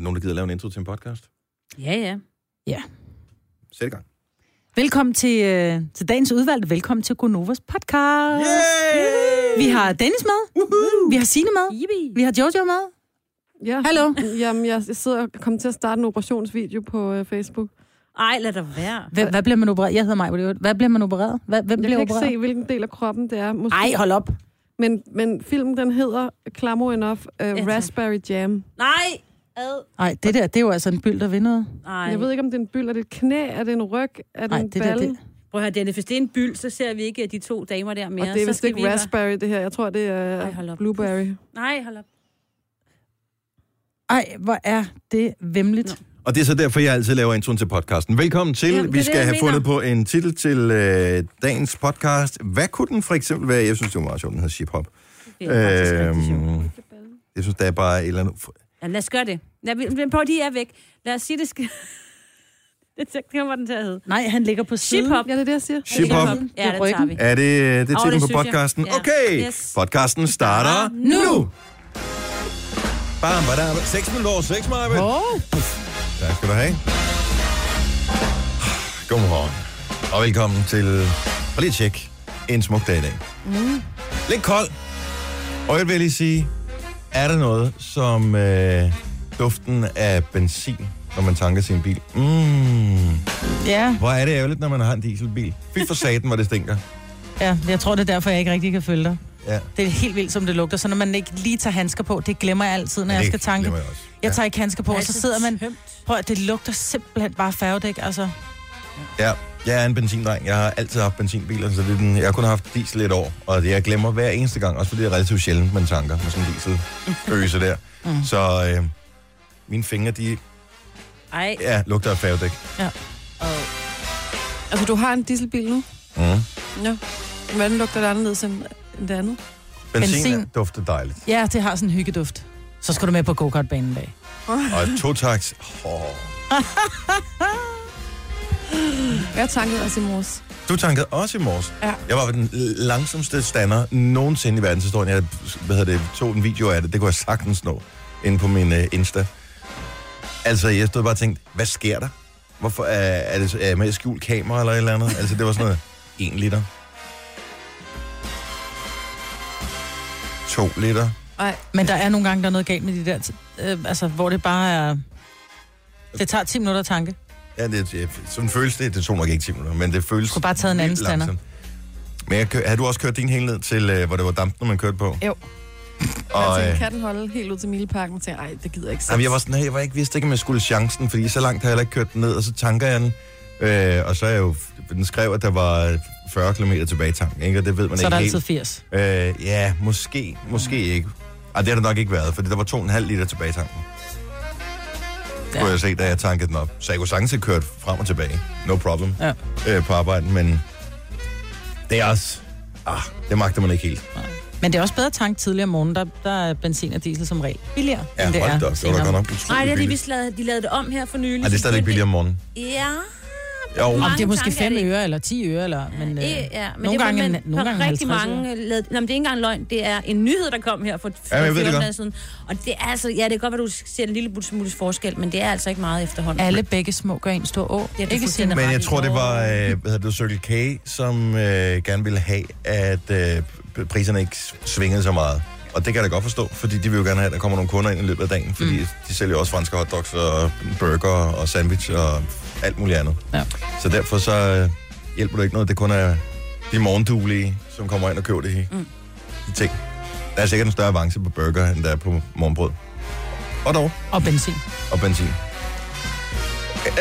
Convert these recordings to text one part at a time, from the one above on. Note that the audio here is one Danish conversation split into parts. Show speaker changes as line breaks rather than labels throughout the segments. Nogen, der gider lave en intro til en podcast?
Ja, ja.
Ja.
Sæt i gang.
Velkommen til, øh, til dagens udvalg. Velkommen til Gonovas podcast.
Yay!
Vi har Dennis med. Vi har Signe med.
Yippie.
Vi har Jojo med.
Ja.
Hallo?
Jamen, jeg sidder og kommer til at starte en operationsvideo på øh, Facebook.
Ej, lad dig være.
Hvem, hvad bliver man opereret? Jeg hedder Maja. Hvad bliver man opereret? Hvad, hvem
Jeg
bliver
kan ikke
opereret?
se, hvilken del af kroppen det er. Måske.
Ej, hold op.
Men, men filmen, den hedder Clamo Enough uh,
tak.
Raspberry Jam.
Nej! Ad.
Ej, det der, det er jo altså en byld, der vil noget.
Ej.
Jeg ved ikke, om det er en byld, er det et knæ, er det en ryg, er det
Ej,
en
det der,
balle?
det,
Prøv at høre, Dennis, hvis det er en byld, så ser vi ikke øh, de to damer der mere.
Og det er
Så
vist
skal vi
ikke
være-
raspberry, det her. Jeg tror, det er
Ej,
Ej,
hold op.
blueberry.
Nej, hold op.
ej, hvor er det vemmeligt.
Nå.
Og det er så derfor, jeg altid laver introen til podcasten. Velkommen til.
Jamen, det er
vi
det,
skal
jeg
have
mener.
fundet på en titel til øh, dagens podcast. Hvad kunne den for eksempel være? Jeg synes, det var meget sjovt, den hedder Ship Hop.
Det er faktisk rigtig sjovt.
Øhm, jeg synes, der er bare et eller andet...
Ja, lad os gøre det. Lad, vi- men prøv, de er væk. Lad os sige, det skal... det skal- det kommer den til at hedde.
Nej, han ligger på siden.
Ship-hop.
Ja, det er det, jeg siger.
Ship Hop.
Ja, det
Det er ryggen.
tager vi.
Er det øh, det er
Åh,
titlen
det
på
synes jeg.
podcasten?
Ja.
Okay,
Yes.
podcasten starter
Nu.
nu. Bam, badam. 6 minutter over 6, Marve.
Åh,
Tak skal du have. Godmorgen. Og velkommen til... Og lige at tjek. En smuk dag i dag. Mm. Lidt kold. Og jeg vil lige sige, er der noget som øh, duften af benzin, når man tanker sin bil? Mm.
ja,
Hvor er det ærgerligt, når man har en dieselbil. Fy for satan, hvor det stinker.
ja, jeg tror, det er derfor, jeg ikke rigtig kan følge dig.
Ja.
Det er helt vildt, som det lugter. Så når man ikke lige tager handsker på, det glemmer jeg altid, når jeg skal tanke.
glemmer Jeg, også.
Jeg tager ikke handsker på, og så sidder man...
Tømt.
Prøv at det lugter simpelthen bare færgedæk, altså.
Ja, jeg er en benzindreng. Jeg har altid haft benzinbiler, så det er den, jeg har kun haft diesel et år. Og jeg glemmer hver eneste gang, også fordi det er relativt sjældent, man tanker med sådan en dieseløse der.
Mm.
Så øh, mine fingre, de
Ej.
ja, lugter af færgedæk.
Og...
Altså, du har en dieselbil nu?
Mm.
Ja. Hvordan lugter det anderledes end end det andet?
Benzin,
Benzin.
Benzin dufter dejligt.
Ja, det har sådan en hyggeduft. Så skal du med på go-kartbanen i dag.
Og totaks, oh.
Jeg tankede altså i morges.
Du tankede også i morges.
Ja.
Jeg var den langsomste stander nogensinde i verdenshistorien. Jeg hvad hedder det, tog en video af det. Det kunne jeg sagtens nå inde på min uh, Insta. Altså, jeg stod bare og tænkte, hvad sker der? Hvorfor er, er det er jeg med et skjult kamera eller et eller andet? Altså, det var sådan noget, en liter. To liter.
Nej,
Men der er nogle gange, der er noget galt med de der... Øh, altså, hvor det bare er... Det tager 10 minutter at tanke.
Ja, det, ja, sådan føles det. Det tog nok ikke 10 minutter, men det føles...
Skulle bare have taget en
vildt
anden stander.
langsomt. Men jeg, kø- har du også kørt din hele ned til, øh, hvor det var dampen, man kørte på?
Jo. Altså, jeg
Og, øh,
tænkte, kan den holde helt ud til Mileparken? Og tænkte, ej, det gider jeg ikke.
Jamen, jeg var sådan, hey, jeg var ikke vidste ikke, om jeg skulle chancen, fordi så langt har jeg heller ikke kørt den ned, og så tanker jeg den. Øh, og så er jeg jo, den skrev, at der var 40 km tilbage i tanken, ikke? og det ved man
så er
ikke
der
helt.
altid 80.
Øh, ja, måske, måske ikke. Ej, det har der nok ikke været, for der var 2,5 liter tilbage i tanken. Ja.
Ja.
kunne jeg se, da jeg tankede den op. Så jeg kunne sagtens have kørt frem og tilbage. No problem.
Ja.
Øh, på arbejde, men det er også... Ah, det magter man ikke helt.
Men det er også bedre at tanke tidligere om morgenen. Der, der er benzin og diesel som regel billigere,
Ja,
end det
hold
er
da op. Det var da
senere.
godt nok
Nej, det er
utroligt
det,
billigt.
vi lavede, de lavede det om her for nylig.
Ej, det er stadigvæk billigere om morgenen.
Ja.
Jo,
Om det er måske
tanker er
5
det ikke.
øre eller 10 øre, eller, men øh,
Øh, ja, men
nogle
det,
gange,
men,
en- nogle gange
rigtig
50
mange lavede, nej, men det er ikke engang løgn. Det er en nyhed, der kom her for
jeg ved det
14
godt.
dage siden. Og det er altså, ja, det er godt, at du ser en lille bitte smule forskel, men det er altså ikke meget efterhånden.
alle begge små gør en stor å.
det er
ikke
fuldstændig
sinde.
Men jeg
Radio
tror, det var øh,
Nord.
hvad hedder det, Circle K, som øh, gerne ville have, at øh, p- priserne ikke svingede så meget. Og det kan jeg da godt forstå, fordi de vil jo gerne have, at der kommer nogle kunder ind i løbet af dagen, fordi mm. de sælger jo også franske hotdogs og burger og sandwich og alt muligt andet.
Ja.
Så derfor så øh, hjælper det ikke noget, det kun er de morgenduelige, som kommer ind og køber det mm. de ting. Der er sikkert en større avance på burger, end der er på morgenbrød. Og dog
Og benzin.
og benzin.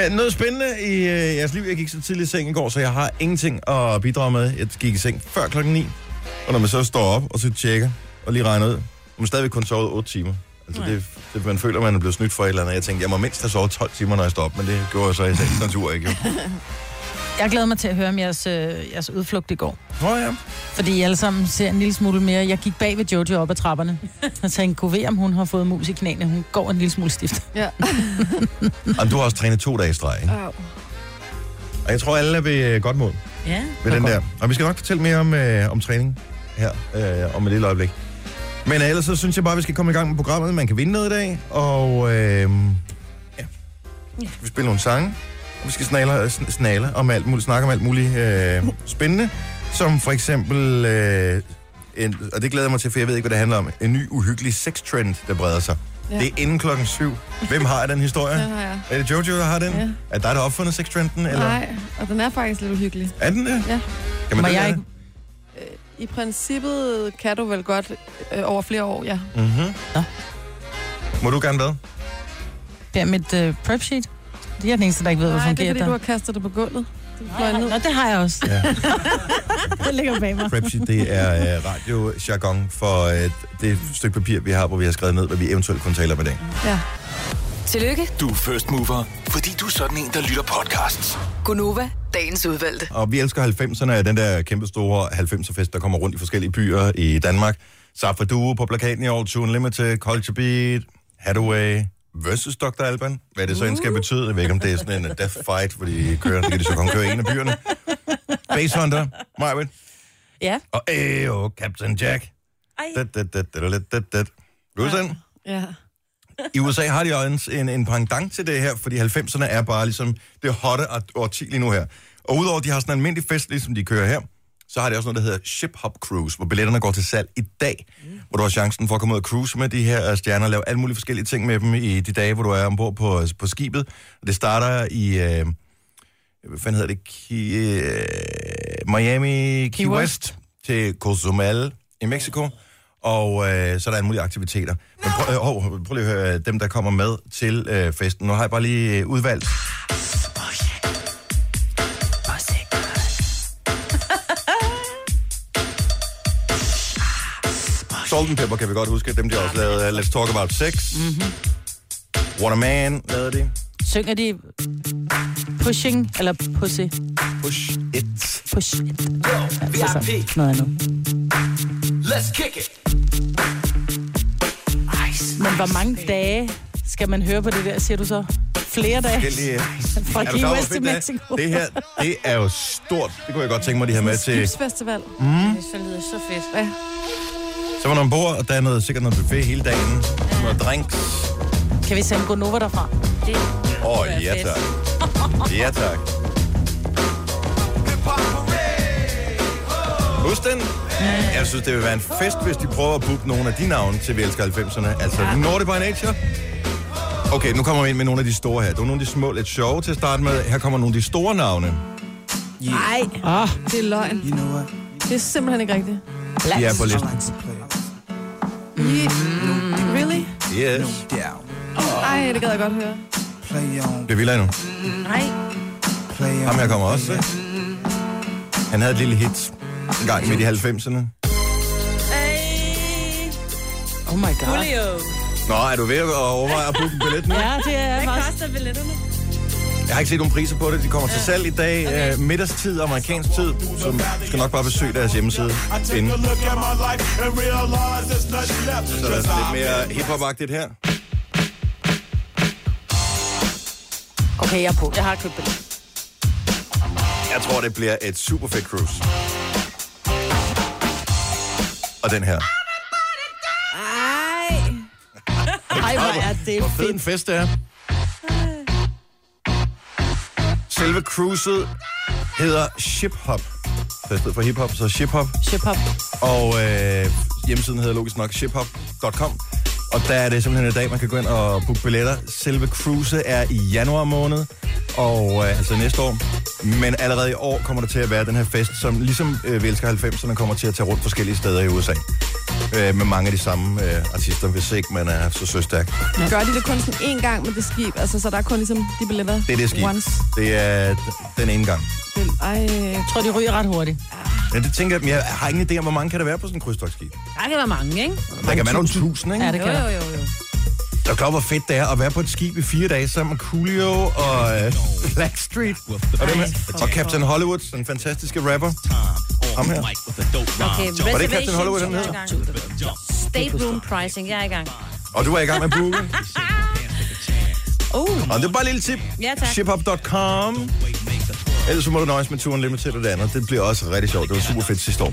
Øh, Noget spændende i øh, jeres liv. Jeg gik så tidligt i seng i går, så jeg har ingenting at bidrage med. Jeg gik i seng før klokken 9, og når man så står op og så tjekker og lige regner ud, har man stadigvæk kun sovet 8 timer. Altså det, det, man føler, man er blevet snydt for et eller andet. Jeg tænkte, jeg må mindst have sovet 12 timer, når jeg står op, men det gjorde jeg så i sagens natur ikke. jo.
Jeg glæder mig til at høre om jeres, øh, jeres udflugt i går.
Nå ja.
Fordi I alle sammen ser en lille smule mere. Jeg gik bag ved Jojo op ad trapperne. Jeg tænkte, kunne ved, om hun har fået mus i knæene. Hun går en lille smule stift.
Ja.
Og du har også trænet to dage i streg, ikke?
Au.
Og jeg tror, alle er ved øh, godt mod.
Ja.
ved den der. Og vi skal nok fortælle mere om, øh, om træning her øh, om et lille øjeblik. Men øh, ellers så synes jeg bare, vi skal komme i gang med programmet. Man kan vinde noget i dag, og øh, Vi skal spille nogle sange, og vi skal snale, sn- snale om alt muligt, snakke om alt muligt øh, spændende, som for eksempel, øh, en, og det glæder jeg mig til, for jeg ved ikke, hvad det handler om, en ny uhyggelig sextrend, der breder sig. Ja.
Ja.
Det er inden klokken syv. Hvem har den historie?
Den har jeg.
Er det Jojo, der har den?
Ja.
Er det dig, der har opfundet sextrenden? Eller?
Nej, og den er faktisk lidt uhyggelig.
Er den det?
Ja.
Kan
Må
man
jeg ikke...
I princippet kan du vel godt øh, over flere år, ja.
Mm-hmm.
Nå.
Må du gerne hvad?
Der mit øh, prep sheet? Det er den eneste, der ikke ved, hvad
Nej, det er
fungerer
fordi,
der.
du har kastet det på gulvet. Du fløj ned.
Nå, det har jeg også.
Ja.
Det ligger bag mig.
Prepsy, det er øh, radiojargon for øh, det stykke papir, vi har, hvor vi har skrevet ned, hvad vi eventuelt kunne tale om i dag.
Ja.
Tillykke,
Du er first mover, fordi du er sådan en, der lytter podcasts.
Gunova, dagens udvalgte.
Og vi elsker 90'erne, den der kæmpe store 90'er-fest, der kommer rundt i forskellige byer i Danmark. Safra Duo på plakaten i år, Tune Limited, Culture Beat, Hathaway versus Dr. Alban. Hvad det så end skal betyde, jeg ved ikke, om det er sådan en uh, death fight, hvor de kører, det kan de så kun køre i en af byerne. Basehunter, Marvin,
Ja.
og Ayo, Captain Jack.
Ej.
Da, da, da, da, da, da, da. Vil du se den?
ja.
I USA har de også en, en pendant til det her, fordi 90'erne er bare ligesom det hotte art- årti lige nu her. Og udover at de har sådan en almindelig fest, ligesom de kører her, så har de også noget, der hedder Ship Hop Cruise, hvor billetterne går til salg i dag, mm. hvor du har chancen for at komme ud og cruise med de her øh, stjerner og lave alle mulige forskellige ting med dem i de dage, hvor du er ombord på, øh, på skibet. Og det starter i, øh, hvad fanden hedder det, Ki, øh, Miami Key, Key West. West til Cozumel i Mexico. Og øh, så er der alle mulige aktiviteter. Men prøv, øh, hov, prøv lige at høre øh, dem, der kommer med til øh, festen. Nu har jeg bare lige øh, udvalgt. Salt and Pepper kan vi godt huske. Dem, de har også lavet øh, Let's Talk About Sex. Mm-hmm. What a Man lavede de.
Synger de pushing eller pussy?
Push It.
Push it. Altså sådan noget andet.
Let's kick it.
Men hvor mange dage skal man høre på det der, siger du så? Flere dage?
forskellige...
Fra
Er du
Key
klar over,
West
hvor fedt
til
det er?
Mexico.
Det her, det er jo stort. Det kunne jeg godt tænke mig, de her med til.
Skibsfestival.
Det lyder så fedt.
Ja.
Så var der ombord, og der er noget, sikkert noget buffet hele dagen. Noget drinks.
Kan vi sende Gonova derfra?
Åh, oh, ja tak. Ja tak. Husk den. Jeg synes, det vil være en fest, hvis de prøver at booke nogle af de navne til Vi elsker 90'erne. Altså ja. Nordic by Nature. Okay, nu kommer vi ind med nogle af de store her. Det var nogle af de små lidt sjove til at starte med. Her kommer nogle af de store navne.
Nej. Åh,
Det er løgn. Det er simpelthen ikke rigtigt.
De er på listen.
Yeah. Really?
Yes.
Ej, det gad jeg godt høre.
Det vil jeg nu.
Nej.
Ham her kommer også. ikke? Han havde et lille hit en gang midt i 90'erne.
oh my god.
Julio.
Nå, er du ved at overveje at booke en billet nu?
Ja, det er
Hvad
faktisk...
koster billetterne?
Jeg har ikke set nogen priser på det. De kommer til salg i dag. Okay. middagstid, amerikansk tid. Så du skal nok bare besøge deres hjemmeside inden. Så er der sådan lidt mere hiphop-agtigt her.
Okay, jeg er på. Jeg har købt billet.
Jeg tror, det bliver et super fedt cruise. Og den her.
Ej.
Ej, hvor er det
Hvor fed
fedt.
en fest det er. Selve cruiset hedder Ship Hop. Så i stedet for hip hop, så Ship Hop.
Ship-hop.
Og øh, hjemmesiden hedder logisk nok shiphop.com. Og der er det simpelthen i dag, man kan gå ind og booke billetter. Selve cruise er i januar måned, og øh, altså næste år. Men allerede i år kommer der til at være den her fest, som ligesom øh, vi elsker 90'erne kommer til at tage rundt forskellige steder i USA. Øh, med mange af de samme øh, artister, hvis ikke man er så søstærk.
Gør de det kun sådan én gang med det skib? Altså, så der er kun ligesom de billetter?
Det er det skib.
Once.
Det er den ene gang.
Det- Ej,
Jeg tror, de ryger ret hurtigt.
Men det tænker jeg, men jeg har ingen idé om, hvor mange kan der være på sådan en krydstogsskib.
Der kan være mange, ikke?
Der kan være nogle tusind, ikke?
Ja,
Ja,
det
Jo,
kan
jo,
der.
jo. jo.
det... Er klar, hvor fedt det er at være på et skib i fire dage sammen med Coolio og øh, Blackstreet. Og, dem her. og Captain Hollywood, den fantastiske rapper. Ham her.
Okay,
Var det ikke Captain
reservations
Hollywood, den
Jeg er
hedder?
i gang. State room pricing, jeg er i gang.
Og du er i gang med booking. Uh. Og det er bare et lille tip.
Ja, tak.
Shiphop.com. Ellers så må du nøjes med turen Limited og det andet. Det bliver også rigtig sjovt. Det var super fedt sidste år.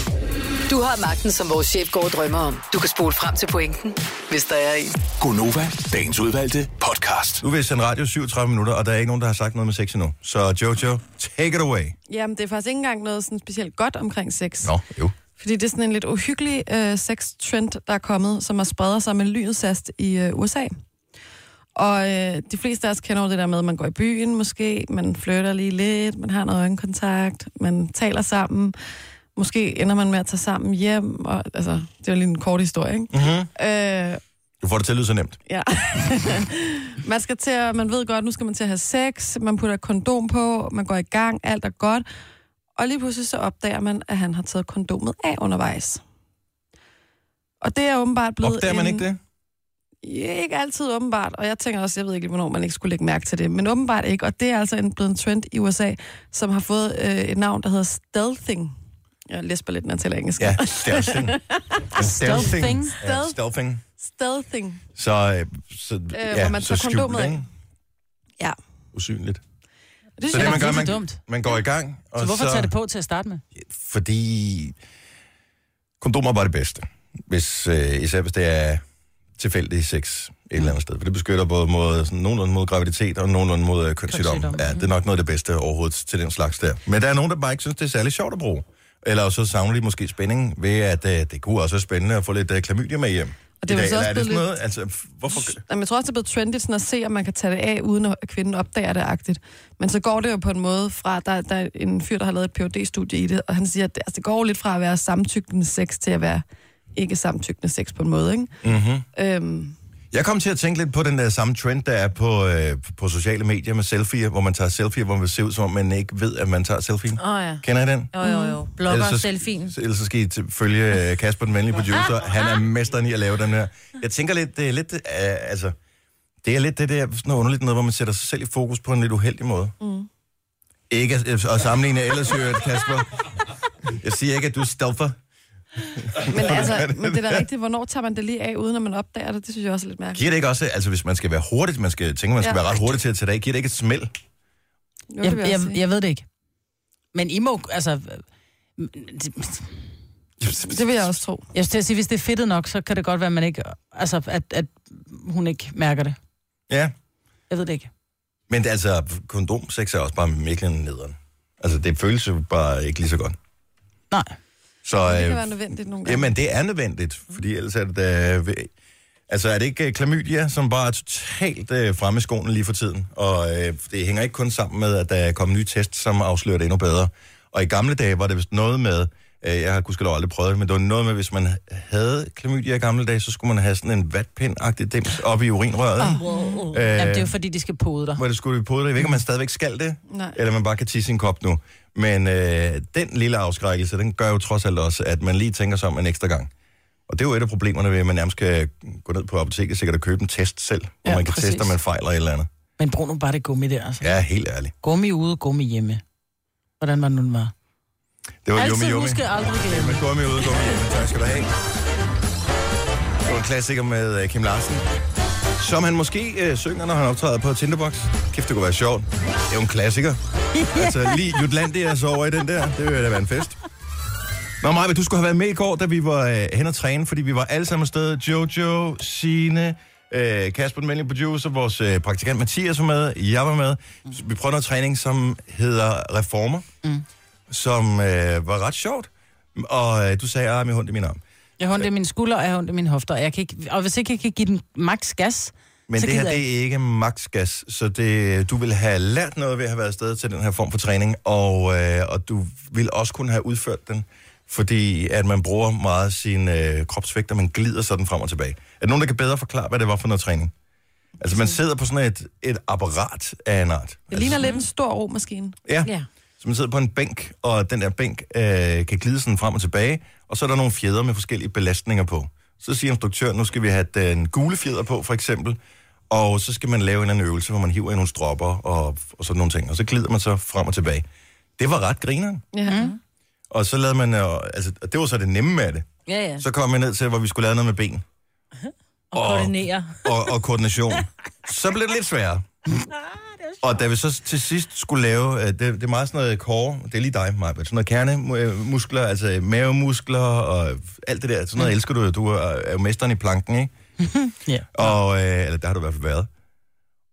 Du har magten, som vores chef går og drømmer om. Du kan spole frem til pointen, hvis der er en.
Gonova, dagens udvalgte podcast.
Nu vil jeg sende radio 37 minutter, og der er ikke nogen, der har sagt noget med sex endnu. Så Jojo, take it away.
Jamen, det er faktisk ikke engang noget sådan specielt godt omkring sex.
Nå, jo.
Fordi det er sådan en lidt uhyggelig øh, sex-trend, der er kommet, som har spredt sig med lynsast i øh, USA. Og øh, de fleste af os kender jo det der med, at man går i byen måske, man flytter lige lidt, man har noget øjenkontakt, man taler sammen. Måske ender man med at tage sammen hjem. Og, altså, det er jo lige en kort historie, ikke? Mm-hmm. Øh,
Du får det til at lyde så nemt.
Ja. man skal til at, man ved godt, nu skal man til at have sex, man putter et kondom på, man går i gang, alt er godt. Og lige pludselig så opdager man, at han har taget kondomet af undervejs. Og det er åbenbart blevet...
Opdager man
en-
ikke det?
Ja, ikke altid åbenbart, og jeg tænker også, jeg ved ikke lige, hvornår man ikke skulle lægge mærke til det, men åbenbart ikke, og det er altså en, blevet en trend i USA, som har fået øh, et navn, der hedder stealthing. Jeg læser lidt, når jeg taler engelsk.
Ja, stealthing. Ja,
Stealthing.
Ja, stealthing.
Stealthing.
Så, øh, så, øh, ja,
hvor man
så
tager
skjult,
kondomet af.
ikke?
Ja.
Usynligt.
Det
Så det, man
faktisk
gør,
ikke
man,
så dumt.
man går i gang. Og
Så hvorfor tage det på til at starte med?
Fordi kondomer er bare det bedste. Hvis, øh, især hvis det er tilfældig sex et eller andet sted. For det beskytter både mod, sådan, nogenlunde mod graviditet og nogenlunde mod øh, kønssygdom.
Kønssygdom,
Ja, det er nok noget af det bedste overhovedet til den slags der. Men der er nogen, der bare ikke synes, det er særlig sjovt at bruge. Eller så savner de måske spænding ved, at øh, det kunne også være spændende at få lidt øh, klamydia med hjem.
Og det er
I
jo
dag.
så også
Eller er det
blevet
sådan noget? Altså, f- hvorfor...
Jamen, jeg tror også, det er blevet trendy sådan at se, om man kan tage det af, uden at kvinden opdager det agtigt. Men så går det jo på en måde fra, der, der er en fyr, der har lavet et phd studie i det, og han siger, at det, altså, det går jo lidt fra at være samtykkende sex til at være ikke samtykkende sex på en måde, ikke? Mm-hmm. Øhm,
Jeg kom til at tænke lidt på den der samme trend, der er på, øh, på sociale medier med selfies, hvor man tager selfies, hvor man ser ud, som om man ikke ved, at man tager selfien.
Åh oh, ja.
Kender I den?
Jo, jo,
Mm.
jo. Blogger og selfien.
så- Ellers så skal I t- følge øh, Kasper, den venlige producer. Han er mesteren i at lave den her. Jeg tænker lidt, det er lidt, øh, altså, det er lidt det der sådan noget underligt noget, hvor man sætter sig selv i fokus på en lidt uheldig måde. Mm. Ikke at, øh, at sammenligne ellers, øh, Kasper. Jeg siger ikke, at du stelfer.
men altså, men det er da rigtigt, hvornår tager man det lige af, uden at man opdager det? Det synes jeg også er lidt mærkeligt.
Giver det ikke også, altså hvis man skal være hurtigt, man skal tænke, man skal
Ja.
være ret hurtigt til at tage det af, giver det ikke et smæld?
Jo, det
Jeg,
vil jeg,
jeg,
også sige.
jeg ved det ikke. Men I må, altså... øh, det-
det vil jeg også tro.
Jeg skulle til at sige, hvis det er fedtet nok, så kan det godt være, at man ikke... Altså, at, at hun ikke mærker det.
Ja,
Jeg ved det ikke.
men det, er altså, kondomsex er også bare virkelig nederen. Altså, det føles jo bare ikke lige så godt.
Nej.
Så,
Det
øh,
kan være nødvendigt nogle gange.
Jamen, det er nødvendigt, fordi ellers er det da... Altså, er det ikke øh, klamydia, som bare er totalt øh, fremme i skoene lige for tiden? Og øh, det hænger ikke kun sammen med, at der er kommet nye tests, som afslører det endnu bedre. Og i gamle dage var det vist noget med, øh, jeg har gudskelov aldrig prøvet det, men det var noget med, hvis man havde klamydia i gamle dage, så skulle man have sådan en vatpind-agtig dims op i urinrøret. Oh.
Wow. Øh. Jamen, det er jo fordi, de skal pode dig.
Hvor det skulle vi på det. Jeg ved ikke, om man stadigvæk skal det,
Nej.
eller man bare kan tisse i en kop nu. Men øh, den lille afskrækkelse, den gør jo trods alt også, at man lige tænker sig om en ekstra gang. Og det er jo et af problemerne ved, at man nærmest kan gå ned på apoteket sikkert og købe en test selv, hvor
Ja,
man kan
præcis.
teste, om man fejler et eller andet.
Men brug nu bare det gummi der, altså.
Ja, helt ærligt.
Gummi ude, gummi hjemme. Hvordan var det nu, den var?
Det var
Altid
yummy, yummy.
huske aldrig glemme.
Men gummi ude, gummi hjemme. Tak skal du have. Det var en klassiker med øh, Kim Larsen. Som han måske øh, synger, når han optræder på Tinderbox. Kæft, det kunne være sjovt. Det er jo en klassiker. Altså, lige Jutlandia så over i den der. Det ville da være en fest. Nå, Maja, du skulle have været med i går, da vi var øh, hen og træne, fordi vi var alle sammen afsted. Jojo, Sine, øh, Kasper, den venlige producer, vores øh, praktikant Mathias var med, jeg var med. Så Vi prøvede noget træning, som hedder Reformer, mm. som øh, var ret sjovt. Og øh, du sagde, at jeg har min hund i min arm.
Jeg har ondt i mine skulder, og jeg har ondt i mine hofter. Og, jeg kan ikke, og hvis ikke jeg kan give den maks gas,
Men
så
det her,
gider jeg ikke.
det er ikke maksgas, så det, du vil have lært noget ved at have været afsted til den her form for træning, og, øh, og du vil også kunne have udført den, fordi at man bruger meget sin øh, kropsvægt, og man glider sådan frem og tilbage. Er der nogen, der kan bedre forklare, hvad det var for noget træning? Altså, man sidder på sådan et, et apparat af en art.
Det ligner
Altså.
lidt en stor romaskine.
Ja.
Ja.
Så man sidder på en bænk, og den der bænk øh, kan glide sådan frem og tilbage, og så er der nogle fjeder med forskellige belastninger på. Så siger instruktøren, nu skal vi have den gule fjeder på, for eksempel, og så skal man lave en eller anden øvelse, hvor man hiver i nogle stropper og, og sådan nogle ting, og så glider man så frem og tilbage. Det var ret grineren.
Ja. Mm.
Og så lavede man, øh, altså, og det var så det nemme med det.
Ja, ja.
Så kom vi ned til, hvor vi skulle lave noget med ben
Og koordinere.
og, og koordination. Så blev det lidt sværere.
Ah, det
Og da vi så til sidst skulle lave, øh, det, det er meget sådan noget core, det er lige dig, Maja, sådan noget kernemuskler, altså øh, mavemuskler og alt det der, sådan noget elsker du jo, du er, er jo mesteren i planken, ikke?
Ja.
Og, øh, eller der har du i hvert fald været.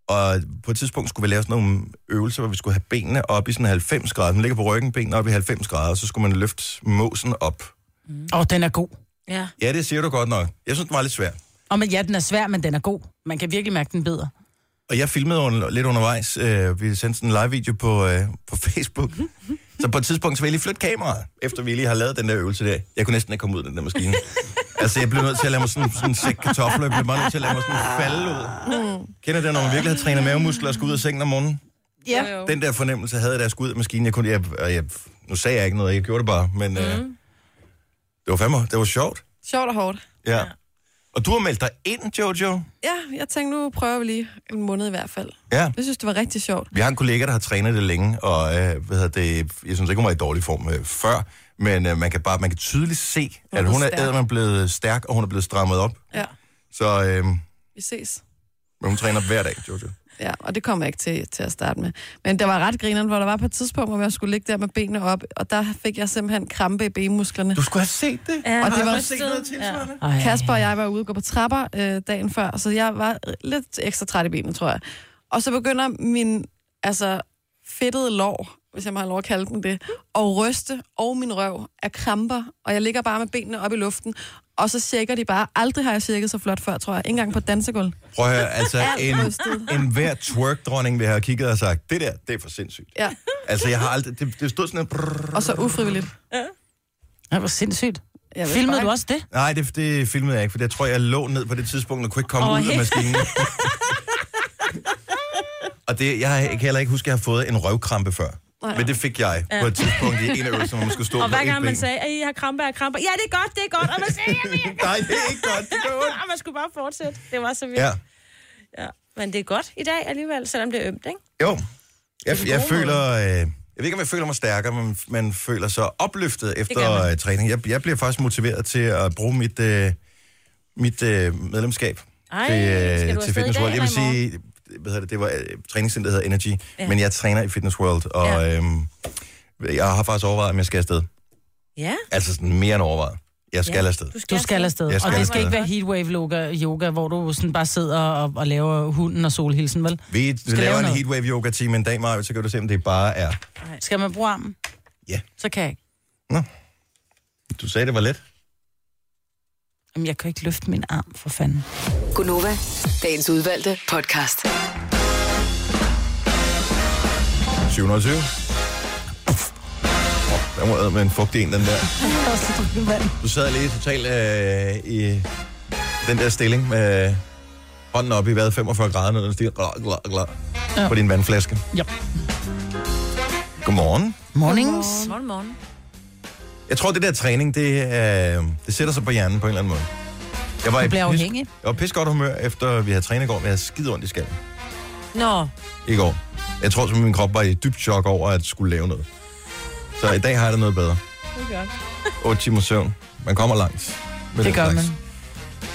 Og på et tidspunkt skulle vi lave sådan nogle øvelser, hvor vi skulle have benene op i sådan 90 grader. Den ligger på ryggen, benene op i 90 grader, og så skulle man løfte måsen op.
Åh, oh, den er god.
Ja.
Ja, det siger du godt nok. Jeg synes, det var lidt svært.
Og men, ja, den er svær, men den er god. Man kan virkelig mærke, den bedre.
Og jeg filmede under, lidt undervejs. Øh, vi sendte sådan en live-video på, øh, på Facebook. Så på et tidspunkt, så ville jeg lige flytte kameraet, efter vi lige har lavet den der øvelse der. Jeg kunne næsten ikke komme ud af den der maskine. altså, jeg blev nødt til at lade mig sådan, sådan en sæk kartofler. Jeg blev bare nødt til at lade mig sådan falde ud. Kender det, når man virkelig har trænet mavemuskler og skal ud af sengen om morgenen?
Ja. Jo, jo.
Den der fornemmelse havde jeg, da jeg skulle ud af maskinen. Jeg kunne, jeg, og jeg, nu sagde jeg ikke noget, jeg gjorde det bare. Men øh, det var fandme, det var sjovt.
Sjovt og hårdt.
Ja. ja. Og du har meldt dig ind, Jojo.
Ja, jeg tænkte, nu prøver vi lige en måned i hvert fald.
Ja.
Jeg synes, det var rigtig sjovt.
Vi har en kollega, der har trænet det længe, og øh, hvad hedder det, jeg synes ikke, hun var i dårlig form øh, før, men øh, man kan bare man kan tydeligt se, hun at
blevet
hun er
stærk.
æderman blevet øh, stærk, og hun er blevet strammet op.
Ja,
Så øh,
vi ses.
men hun træner hver dag, Jojo.
Ja, og det kommer jeg ikke til, til at starte med. Men der var ret grineren, hvor der var på et tidspunkt, hvor jeg skulle ligge der med benene op, og der fik jeg simpelthen krampe i benmusklerne.
Du skulle have set det.
Ja,
Og det var
set noget tilsvarende.
Ej.
Kasper og jeg var ude og gå på trapper øh, dagen før, så jeg var lidt ekstra træt i benene, tror jeg. Og så begynder min altså, fedtede lår, hvis jeg må have lov at kalde den det, og ryste og min røv er kramper, og jeg ligger bare med benene op i luften, og så tjekker de bare. Aldrig har jeg tjekket så flot før, tror jeg. Ikke engang på dansegulv.
Prøv at høre, altså
Alt
en,
rystet.
en hver twerk-dronning vil have kigget og sagt, det der, det er for sindssygt.
Ja,
Altså, jeg har aldrig, det, det stod sådan en... Brrr.
og så ufrivilligt.
Det var sindssygt.
Jeg ved
Filmede
bare
du
ikke.
også det?
Nej, det, det filmede jeg ikke, for jeg tror, jeg lå ned på det tidspunkt, og kunne ikke komme
Åh,
ud af
helt-
maskinen. og det, jeg har- jeg kan heller ikke huske, at jeg har fået en røvkrampe før.
Nej.
Men det fik jeg på et tidspunkt i en af øvelserne, hvor man skulle stå på
Og hver
et
gang man
ben.
sagde, at I har kramper, jeg har kramper. Ja, det er godt, det er godt. Og man sagde, "Jeg vil ikke."
Nej, det er ikke godt, det gør ondt.
Og man skulle bare fortsætte. Det var så vildt.
Ja,
Ja. ja. Men det er godt i dag alligevel, selvom det er ømt, ikke?
jo. Jeg,
den
jeg
gode
føler... Øh, jeg ved ikke, om jeg føler mig stærkere, men man føler sig opløftet
gør
efter
man.
øh, træning. Jeg, jeg bliver faktisk motiveret til at bruge mit, øh, mit øh, medlemskab
Ej,
til, øh,
skal du afsted
til
i
Fitness
dag
World. Jeg vil
eller i
sige, hvad hedder det, det var øh, træningscenter, der hedder Energy, ja. men jeg træner i Fitness World, og ja.
Ja.
øhm, jeg har faktisk overvejet, om jeg skal afsted.
Ja.
Altså sådan mere end overvejet. Jeg skal ja. afsted.
Du skal afsted.
Jeg skal
og det skal
afsted.
ikke være heatwave yoga, yoga, hvor du sådan bare sidder og, og laver hunden og solhilsen, vel?
Vi, vi
lave
laver en
noget.
heatwave yoga time en dag, Maja, så kan du se, om det bare er...
Skal man bruge armen?
Ja.
Så kan jeg ikke.
Du sagde, det var let.
Jamen, jeg kan ikke løfte min arm, for fanden.
Gunova, dagens udvalgte podcast.
720. Uff. Oh, der må æde med en fugtig en, den der. Du sad lige totalt øh, i den der stilling med hånden op i vejret 45 grader, når den stiger glar, glar, glar, ja.
Ja.
på din vandflaske.
Ja.
Godmorgen.
Mornings.
Morgen, morgen.
Jeg tror, det der træning, det, øh, det sætter sig på hjernen på en eller anden måde. Jeg var, i
Du bliver
pis-
afhængig.
jeg var pis godt humør, efter vi havde trænet i går, men jeg havde skide ondt i skallen
Nå,
i går. Jeg tror simpelthen, min krop var i dybt chok over, at skulle lave noget. Så i dag har jeg det noget bedre.
Det er godt.
8 timer søvn. Man kommer langt. Med
Det
den
gør man.
slags.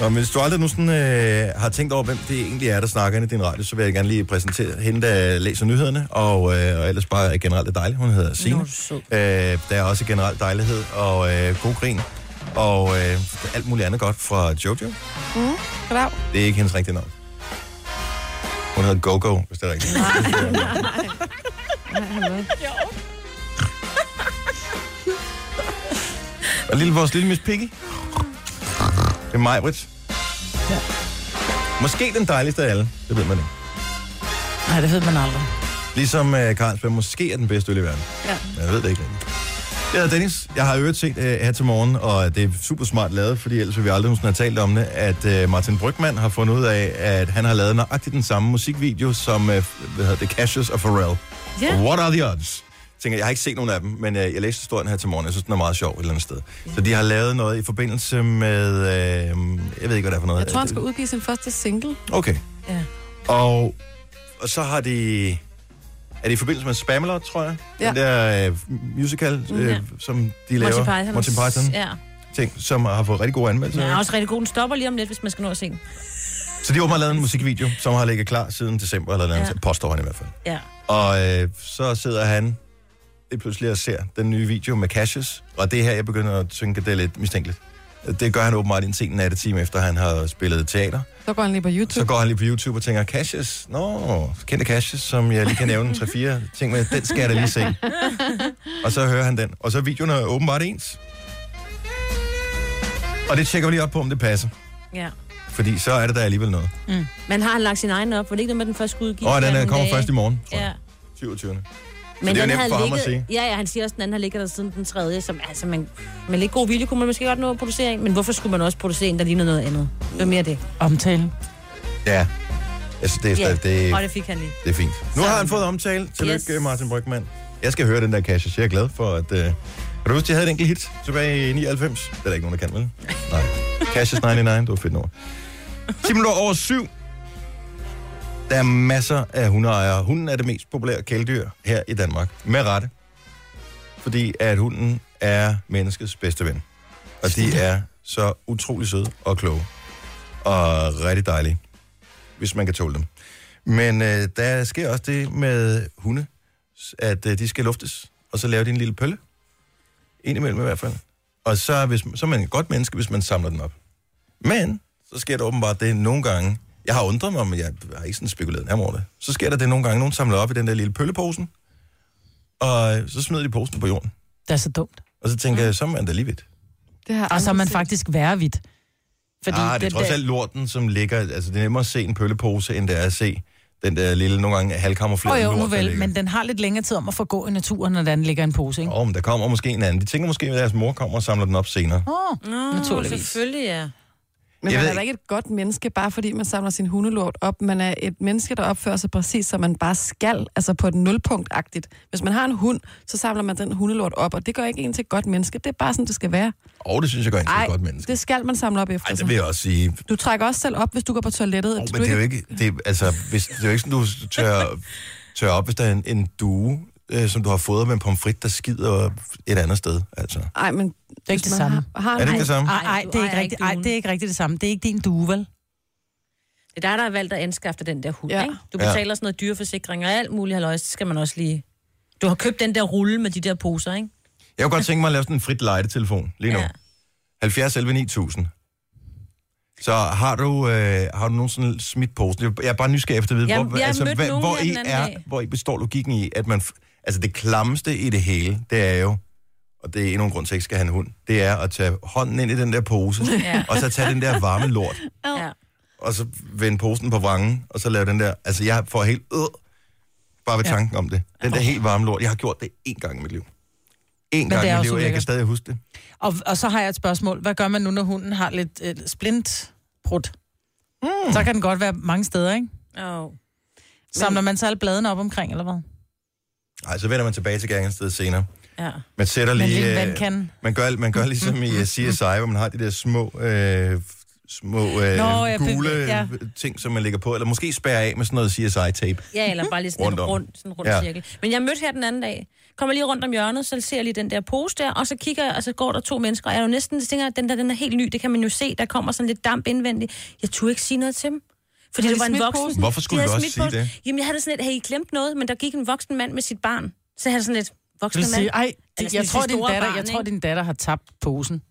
Nå, men hvis du aldrig nu sådan, øh, har tænkt over, hvem det egentlig er, der snakker ind i din radio, så vil jeg gerne lige præsentere hende, der læser nyhederne, og, øh, og ellers bare er generelt dejlig. Hun hedder Signe.
Nå, du er sød.
Øh, der er også generelt dejlighed og øh, god grin, og øh, alt muligt andet godt fra Jojo.
Goddag.
Det er ikke hendes rigtige navn. Hun hedder GoGo, hvis det er rigtigt. Og lille, vores lille Miss Piggy. Det er mig, Britt. Måske den dejligste af alle. Det ved man ikke.
Nej, det ved man aldrig.
Ligesom øh, Carlsberg måske er den bedste øl i verden. Ja. Jeg ved det ikke. rigtig. Jeg hedder Dennis. Jeg har i øvrigt set øh, her til morgen, og det er super smart lavet, fordi ellers ville vi aldrig nogensinde have talt om det, at øh, Martin Brygman har fundet ud af, at han har lavet nøjagtigt den samme musikvideo som øh, hvad hedder det, Cassius og Pharrell.
Ja.
Og What are the odds? Tænker, jeg har ikke set nogen af dem, men øh, jeg læste historien her til morgen. Jeg synes, den er meget sjov et eller andet sted. Så de har lavet noget i forbindelse med... Øh, jeg ved ikke, hvad det er for noget.
Jeg tror, han skal udgive sin første single.
Okay.
Ja.
Og, og så har de... Er det i forbindelse med Spamalot, tror jeg?
Ja.
Den der øh, musical, øh,
Ja.
som de laver. Monty Python.
Ja.
Ting, som har fået rigtig gode anmeldelser.
Den er også rigtig god. Den stopper lige om lidt, hvis man skal nå at se den.
Så de har åbenbart lavet en musikvideo, som har ligget klar siden december, eller noget, ja. påstår han i hvert fald.
Ja.
Og øh, så sidder han lige pludselig og ser den nye video med Cassius, og det er her, jeg begynder at synge, det er lidt mistænkeligt. Det gør han åbenbart i en sen nattetime, efter han har spillet teater.
Så går han lige på YouTube.
Så går han lige på YouTube og tænker, Cassius, nå, kendte Cassius, som jeg lige kan nævne 3-4 ting med, den skal jeg da lige se. Og så hører han den, og så er videoen er åbenbart ens. Og det tjekker vi lige op på, om det passer,
ja.
fordi så er det der alligevel noget.
Men har han lagt sin egen op? Var det ikke noget med, den først skulle udgive?
Og den
i
er,
nogle
kommer
dage?
først i morgen, tror jeg,
ja.
27. det er
Men
jo
den
nemt
havde
for ham at
ligget, Ja, ja, han siger også, at den anden har ligget der siden den tredje. Som, altså, man, med lidt god vilje kunne man måske godt nå at producere en, men hvorfor skulle man også producere en, der lignede noget andet? Det var mere det.
Omtale.
Ja, altså det er stadig, det,
Og det fik han lige.
det er fint. Nu har han fået omtale. Tillykke, yes.
Yes.
Martin Brygman. Jeg skal høre den der Cassius, jeg er glad for, at... Øh, kan du huske, de havde et enkelt hit tilbage i 99? Det er der ikke nogen, der kan, vel? Nej. Cassius 99, det var fedt nummer. 10 minutter over syv. Der er masser af hundeejere. Hunden er det mest populære kæledyr her i Danmark. Med rette. Fordi at hunden er menneskets bedste ven. Og de er så utrolig søde og kloge. Og rigtig dejlige. Hvis man kan tåle dem. Men øh, der sker også det med hunde, s- at øh, de skal luftes, og så laver de en lille pølle. En imellem i hvert fald. Og så, er hvis, så er man et godt menneske, hvis man samler den op. Men så sker der åbenbart det nogle gange. Jeg har undret mig, men jeg har ikke sådan spekuleret nærmere over det. Så sker der det nogle gange, nogen samler op i den der lille pølleposen, og øh, så smider de posen på jorden.
Det er så dumt.
Og så tænker jeg, så er man da lige vidt.
Det har jeg
Og så er
aldrig
man
set.
faktisk værre vidt. Fordi
Ah, det er
den
trods
der-
alt lorten, som ligger... Altså, det er nemmere at se en pøllepose, end det er at se den der lille, nogle gange
Åh
halvkammerflade
oh, jo, nu vel, men den har lidt længere tid om at forgå i naturen, når den ligger i en pose, ikke?
Åh, oh, men der kommer måske en anden. De tænker måske, at deres mor kommer og samler den op senere.
Åh, oh,
Nå,
Naturligvis.
selvfølgelig, ja.
Men
Jeg
man
ved
er da
ikke.
ikke et godt menneske, bare fordi man samler sin hundelort op. Man er et menneske, der opfører sig præcis, som man bare skal, altså på et nulpunkt-agtigt. Hvis man har en hund, så samler man den hundelort op, og det gør ikke en til et godt menneske. Det er bare sådan, det skal være.
Og oh, det synes jeg gør en til et
Ej,
godt menneske.
det skal man samle op efter
Ej,
sig.
det vil jeg også sige.
Du trækker også selv op, hvis du går på toilettet.
Oh,
Hvis du
men det er jo ikke, det, er, altså, hvis, det er jo ikke sådan, du tør, tør op, hvis der er en, en due, øh, som du har fået med en pomfrit, der skider et andet sted. Altså.
Ej, men
det er ikke det samme.
Har, har
Er det
en
ikke
hund,
det samme?
Ej, ej,
du
det er ikke
ejer
rigtigt.
ikke
Ej,
duen.
det er ikke rigtigt det samme. Det er ikke din due, vel?
Det er dig, der har valgt at anskaffe dig den der hund,
Ja.
ja. ikke? Du betaler sådan noget dyreforsikring og alt muligt halløjs, så skal man også lige... Du har købt den der rulle med de der poser, ikke?
Jeg kunne godt tænke mig at lave sådan en frit lejtetelefon lige nu. Ja.
Ja.
70 11 9000. Så har du, øh, har du nogensinde smidt posen? Jeg- Jeg er bare nysgerrig efter at vide,
Jeg-
hvor,
jeg
altså,
mødte nogen
hvor,
her
I
den anden
er,
dag.
hvor I består logikken i, at man... f- Altså det klammeste i det hele, det er jo, og det er endnu en grund til, at jeg ikke skal have en hund, det er at tage hånden ind i den der pose,
Ja.
og så tage den der varme lort,
Ja.
og så vende posen på vrangen, og så lave den der... Altså jeg får helt øh, bare ved tanken om det. Den der helt varme lort. Jeg har gjort det én gang i mit liv. Én
det
gang i
er
mit
også
liv, og jeg kan
ulækkert.
stadig huske det.
Og, og så har jeg et spørgsmål. Hvad gør man nu, når hunden har lidt øh, splintbrud? Mm. Så kan den godt være mange steder, ikke?
Oh.
Samler man så alle bladene op omkring, eller hvad?
Nej, så vender man tilbage til gangstedet senere.
Ja.
Man sætter
Men
lige...
lille
øh,
vandkande.
man, gør, man gør ligesom i øh, CSI, hvor man har de der små... Øh, små øh,
Nå, ja,
gule
bevæg- ja.
ting, som man lægger på, eller måske spærrer af med sådan noget CSI-tape.
Ja, eller bare lige sådan rundt
Rundt om.
en rund, sådan en rund
Ja.
ja. cirkel. Men jeg mødte her den anden dag. Kommer lige rundt om hjørnet, så ser jeg lige den der pose der, og så kigger jeg, og så går der to mennesker, og jeg er jo næsten, så tænker jeg, at den der, den er helt ny, det kan man jo se, der kommer sådan lidt damp indvendigt. Jeg turde ikke sige noget til dem. Fordi
Har
det
de
var en
smidt
voksen.
posen?
Hvorfor skulle
De
du
havde
også
smidt
sige
posen. Jamen, jeg havde det sådan lidt, hey, I glemte noget, men der gik en voksen mand med sit barn. Så jeg havde sådan lidt,
Du
voksen
vil
mand.
sige, ej,
Eller
det,
sådan
jeg,
sit
tror, din
store
datter,
barn,
jeg tror,
ikke?
din datter har tabt posen.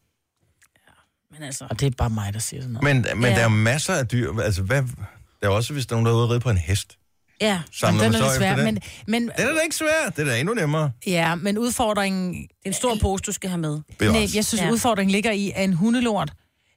Men altså,
Og det er bare mig, der siger sådan noget.
Men, men
Ja.
der er masser af dyr. Altså, hvad, der er også, hvis der er nogen, der er ude og ride på en hest.
ja,
Samler
den
man
er
så
lidt
efter
svær,
den?
men, men,
Den er da ikke svær. Det er da endnu nemmere.
ja, men udfordringen...
det er en stor pose, du skal have med.
Nej, jeg synes, ja.
Ja.
udfordringen ligger i, at en hundelort,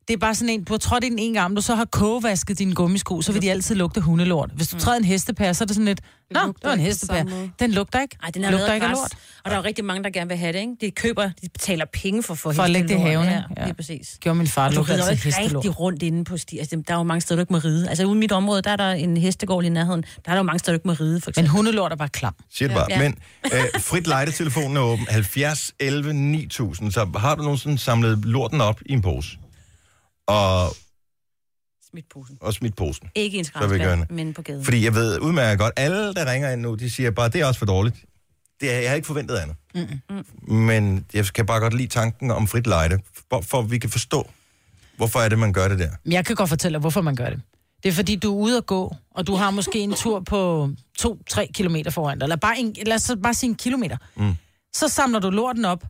det er bare sådan en, du har trådt i den en gang, du så har kogevasket dine gummisko, så vil de altid lugte hundelort. Hvis du
Mm.
træder en hestepær, så er det sådan lidt, nå, det
lugter
var en
ikke på
hestepær.
samme måde.
Den lugter ikke.
Ej, den er
lugter
lavet
ikke
af
af
græs,
lort.
og der er jo rigtig mange, der gerne vil have det, ikke? De køber, de betaler penge for, for,
For at lægge det i haven,
Ja,
ikke? Ja.
ja. Lige præcis.
Gjorde min far
Og du
lugter
rider jo
altid
ikke
hestelort.
rigtig rundt inde på sti. Altså, der er jo mange steder, du ikke må ride. Altså, ude i mit område, der er der en hestegård i nærheden. Der er der jo mange steder, du ikke må ride, for
Men
eksempel.
hundelort er bare klam.
Siger det bare.
Ja.
Ja. Men øh, frit lejtetelefonen er åben. 70 11 9000. Så har du nogensinde samlet lorten op i en pose? Og,
Smidt posen.
og smidt posen?
Ikke i en
vil jeg gerne.
skraldespand, men på
Øh.
gaden.
Fordi jeg ved udmærket godt, alle, der ringer ind nu, de siger bare, det er også for dårligt. Det er, jeg har ikke forventet andet. Mm-mm. Men jeg kan bare godt lide tanken om frit lejde, for, for vi kan forstå, hvorfor er det, man gør det der.
Men jeg kan godt fortælle dig, hvorfor man gør det. Det er fordi, du er ude at gå, og du har måske en tur på 2-3 kilometer foran dig, eller bare en, lad os så bare sige en kilometer. Mm. Så samler du lorten op.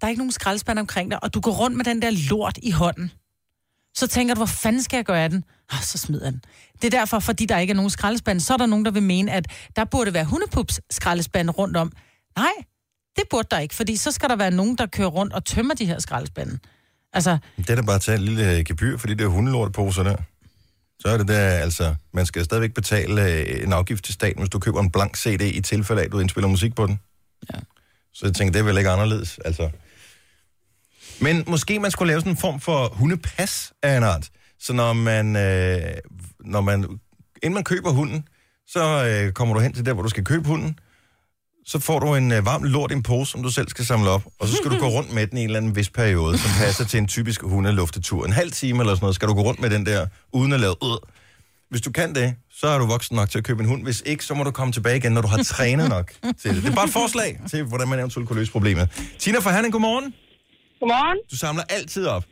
Der er ikke nogen skraldespand omkring dig, og du går rundt med den der lort i hånden. Så tænker du, hvor fanden skal jeg gøre af den? Ah, så smider jeg den. Det er derfor, fordi der ikke er nogen skraldespand, så er der nogen, der vil mene, at der burde være hundepups skraldespand rundt om. Nej, det burde der ikke, fordi så skal der være nogen, der kører rundt og tømmer de her skraldespande. Altså,
Det er da bare at tage en lille øh, gebyr for de der hundelortposer der. Så er det der, altså, man skal stadigvæk betale øh, en afgift til staten, hvis du køber en blank CD i tilfælde af, at du indspiller musik på den. Ja. Så jeg tænker, det er vel ikke anderledes, altså. Men måske man skulle lave sådan en form for hundepas af en art. Så når man, øh, når man, inden man køber hunden, så øh, kommer du hen til der, hvor du skal købe hunden, så får du en øh, varm lort i en pose, som du selv skal samle op, og så skal du gå rundt med den i en eller anden vis periode, som passer til en typisk hundeluftetur. En halv time eller sådan noget, skal du gå rundt med den der, uden at lave ud. Hvis du kan det, så er du voksen nok til at købe en hund. Hvis ikke, så må du komme tilbage igen, når du har trænet nok til det. Det er bare et forslag til, hvordan man eventuelt kunne løse problemet. Tina fra Herning, godmorgen.
Godmorgen.
Du samler altid op.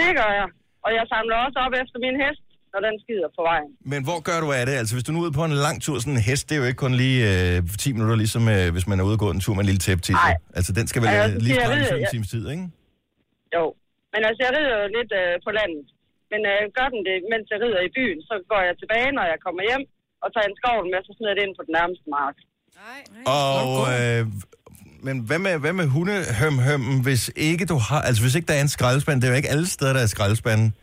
Det gør jeg. Og jeg samler også op efter min hest, når den skider på vejen.
Men hvor gør du af det? Altså, hvis du nu er ude på en lang tur, sådan en hest, det er jo ikke kun lige øh, 10 minutter, ligesom øh, hvis man er ude og gå en tur med en lille tæppe til. sig.
Nej.
Altså, den skal vel
Ej, jeg
øh, lige
siger, jeg
straks
ved,
en
jeg-
times tid, ikke?
Jo. Men altså, jeg rider jo lidt øh, på landet. Men øh, gør den det, mens jeg rider i byen, så går jeg tilbage, når jeg kommer hjem, og tager en skovl med, så smider jeg det ind på den nærmeste mark.
Og, øh, men hvad med, hvad med hundehømhømmen, hvis ikke du har... Altså, hvis ikke der er en skraldespand, det er jo ikke alle steder, der er skraldespanden.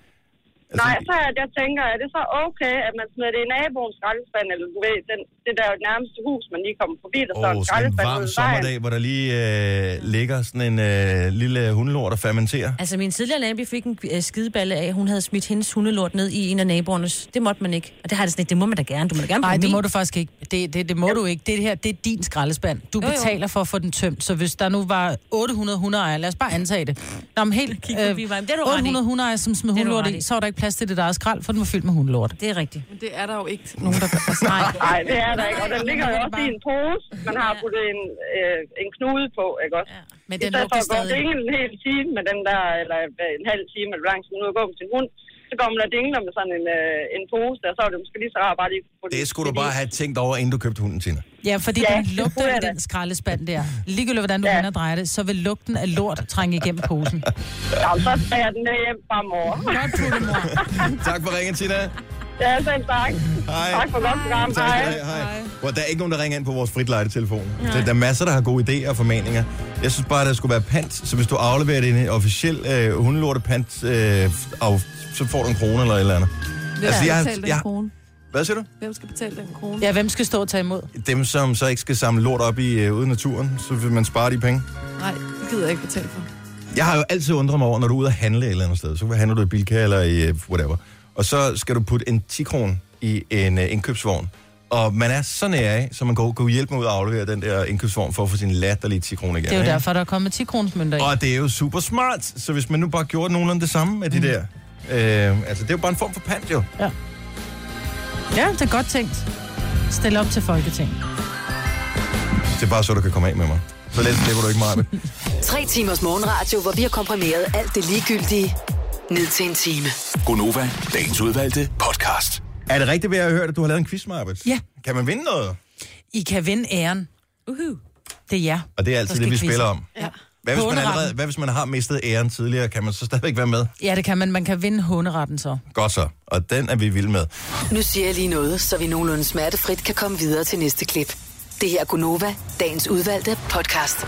Altså,
Nej, så er det, jeg tænker, er det så okay, at man smider det i naboens skraldespand, eller du ved, den, det der nærmeste hus, man lige kommer forbi, der står
Åh,
en
sådan en
skraldespand
varm sommerdag,
ude i vejen.
hvor der lige øh, ligger sådan en øh, lille hundelort der fermenterer.
Altså, min tidligere nabo fik en øh, skideballe af, hun havde smidt hendes hundelort ned i en af naboernes. Det måtte man ikke. Og det har jeg det sådan, lidt, det må man da gerne. Du må da gerne
Nej,
bruge
det må
min.
du faktisk ikke. Det, det, det må du ikke. Det her, det er din skraldespand. Du
Jo, jo.
betaler for at få den tømt. Så hvis der nu var 800 hundeejere, lad os bare antage det. Nå, men helt
Kig forbi vejen. Det er du ret i.
800 hundeejere, som smed
Det er du
hundelort
ret
i,
i.
så var der ikke plads til det der skrald, for den var fyldt med hundelort.
Det er rigtigt.
Men det er der jo ikke nogen, der gør. Altså,
Nej.
Nej, det er der ikke. Og den
Nej,
ligger jo
det er
også
bare-
i en pose. Man har
Ja.
puttet en, øh, en knude på, ikke også?
Ja.
Men
I
den
stedet
lugter
for at gå og
stadig.
dingle en hel time med den der, eller hvad, en halv time, eller hvor lang tid man nu er gået med sin hund, så går man og dingler med sådan en, øh, en pose der, så er det måske lige så rart bare lige... få
Det skulle du bare have tænkt over, inden du købte hunden, Tina.
Ja, fordi
Ja,
ja, den
det
lugter
tror jeg
af
da.
den skraldespand der. Ligegyldigt, hvordan du
Ja.
ja. drejer det, så vil lugten af lort trænge igennem posen.
Ja, så tager jeg den med hjem fremover.
Godt, Tutte, mor.
tak for ringen, Tina.
Ja, selv tak.
Hej.
Tak for godt program.
Tak skal du have. Hej. Hvor der er ikke nogen, der ringer ind på vores fritlejtetelefon. Der, der er masser, der har gode idéer og formaninger. Jeg synes bare, der skulle være pant. Så hvis du afleverer din officiel øh, hundelortepant, øh, af, så får du en krone eller et eller andet.
hvem altså,
jeg-
skal betale den
jeg-
krone?
Hvad siger du?
Hvem skal betale den krone?
Ja, hvem skal stå og tage imod?
Dem, som så ikke skal samle lort op i øh, ude i naturen, så vil man spare de penge.
Nej, det gider jeg ikke betale for.
Jeg har jo altid undret mig over, når du er ude at handle et eller andet sted. Så handler du i Bilka eller i øh, whatever. Og så skal du putte en 10 kron i en øh, indkøbsvogn. Og man er så nær af, så man går, går hjælpe mig ud og aflevere den der indkøbsvogn for at få sin latterlige 10 kroner igen.
Det er jo
ikke?
derfor, der er kommet 10 kroners mønter i.
Og det er jo super smart. Så hvis man nu bare gjorde nogenlunde det samme med de
Mm.
der... Øh, altså, det er jo bare en form for pant, jo.
Ja, det er godt tænkt. Stil op til Folketinget.
Det er bare så, du kan komme af med mig. Så let slipper du ikke meget med.
Tre timers morgenradio, hvor vi har komprimeret alt det ligegyldige ned til en time.
Gonova, dagens udvalgte podcast.
Er det rigtigt, hvad jeg har hørt, at du har lavet en quiz, Marbet?
Ja.
Kan man vinde noget?
I kan vinde æren.
Uhu.
Det er jer.
Og det er
der
altid
skal
det, vi
quizze.
spiller om.
Ja.
Hvad hvis, man
Hunderetten.
allerede, hvad hvis man har mistet æren tidligere? Kan man så stadigvæk være med?
Ja, det kan man. Man kan vinde hunderetten så.
Godt så. Og den er vi vilde med.
Nu siger jeg lige noget, så vi nogenlunde smertefrit kan komme videre til næste klip. Det her er Gunova, dagens udvalgte podcast.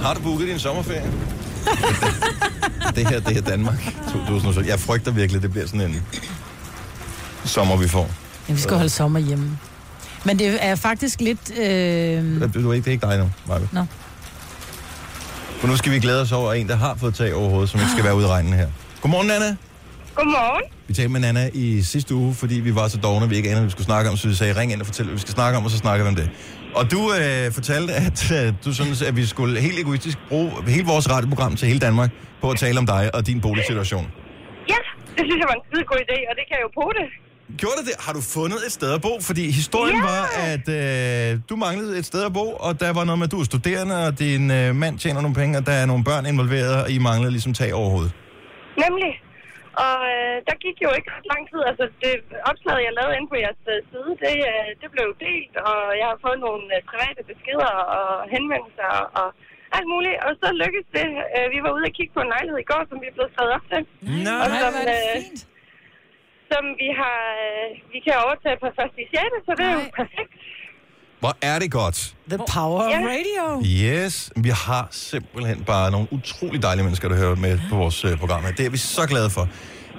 Har du booket din sommerferie? det her, det er Danmark 2017. Jeg frygter virkelig, det bliver sådan en sommer, vi får.
Ja, vi skal holde sommer hjemme. Men det er faktisk lidt... Øh...
Du er ikke, det er ikke dig nu, Marbe.
Nå.
For nu skal vi glæde os over en, der har fået tag over hovedet, som ikke skal være ude i regnen her. Godmorgen, Anna.
Godmorgen.
Vi talte med Nana i sidste uge, fordi vi var så dogne, at vi ikke anede, hvad vi skulle snakke om. Så vi sagde, ring ind og fortæl, hvad vi skal snakke om, og så snakker vi om det. Og du øh, fortalte, at øh, du synes, at vi skulle helt egoistisk bruge hele vores radioprogram til hele Danmark på at tale om dig og din boligsituation.
Ja, det synes jeg var en skide god idé, og det kan jeg jo på det.
Gjorde det det? Har du fundet et sted at bo? Fordi historien yeah. var, at øh, du manglede et sted at bo, og der var noget med, at du er studerende, og din øh, mand tjener nogle penge, og der er nogle børn involveret, og I manglede ligesom tag over hovedet.
Nemlig. Og øh, der gik jo ikke ret lang tid. Altså, det opslag, jeg lavede inde på jeres øh, side, det, øh, det blev delt, og jeg har fået nogle øh, private beskeder og henvendelser og alt muligt. Og så lykkedes det. Øh, vi var ude og kigge på en lejlighed i går, som vi er blevet skrevet op til.
Nej,
og som, øh,
hvor er det fint.
som vi har, øh, vi kan overtage på første i 6., så det er jo
Nej.
perfekt.
Hvor er det godt.
The power of
Ja.
radio.
Yes, vi har simpelthen bare nogle utrolig dejlige mennesker, der hører med på vores øh, program. her. Det er vi så glade for.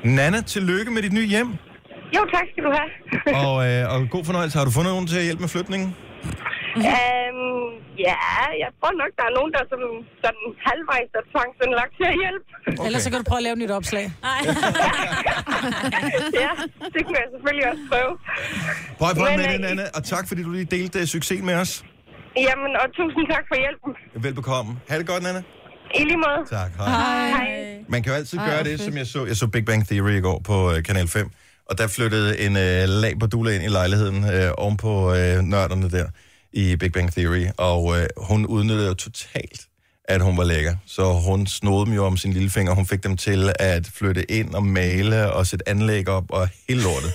Nana, tillykke med dit nye hjem,
Jo, tak skal du have.
og, øh, og god fornøjelse. Har du fundet nogen til at hjælpe med flytningen?
øhm, ja, jeg tror nok, der er nogen, der som sådan halvvejs er tvangsindlagt til at hjælpe.
Okay. Ellers så kan du prøve at lave et nyt opslag.
ja, det kunne jeg selvfølgelig også prøve.
Prøv at prøve
Men,
med
øh,
det, Nana, og tak fordi du lige delte øh, succesen med os.
Jamen, og tusind tak for hjælpen.
Velbekomme. Ha' det godt, Nana.
I lige måde.
Tak. Hej.
Hej.
Man kan jo altid
Ej,
gøre
hvor
det,
fedt.
som jeg så. Jeg så Big Bang Theory i går på øh, Kanal 5, og der flyttede en øh, lag på dule ind i lejligheden øh, oven på øh, nørderne der i Big Bang Theory, og øh, hun udnyttede jo totalt, at hun var lækker. Så hun snodede dem jo om sin lillefinger, hun fik dem til at flytte ind og male og sætte anlæg op og hele lortet.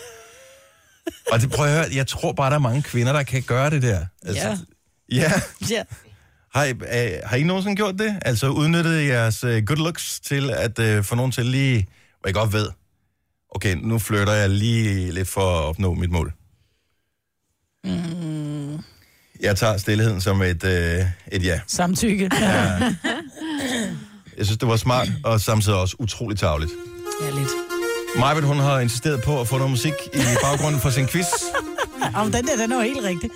og det prøver jeg at høre, jeg tror bare, der er mange kvinder, der kan gøre det der. Altså,
Ja.
Ja.
Ja.
Har I, øh, har I nogensinde gjort det? Altså udnyttet jeres øh, good looks til at øh, få nogen til lige, hvor I godt ved, okay, nu flytter jeg lige lidt for at opnå mit mål. Mm.
Mm.
Jeg tager stillheden som et, øh, et ja.
Samtykke. Ja.
Jeg synes, det var smart, og samtidig også utroligt tavligt.
ja, lidt.
Majbet, hun har insisteret på at få noget musik i baggrunden for sin quiz.
Om den der, den er jo helt rigtig.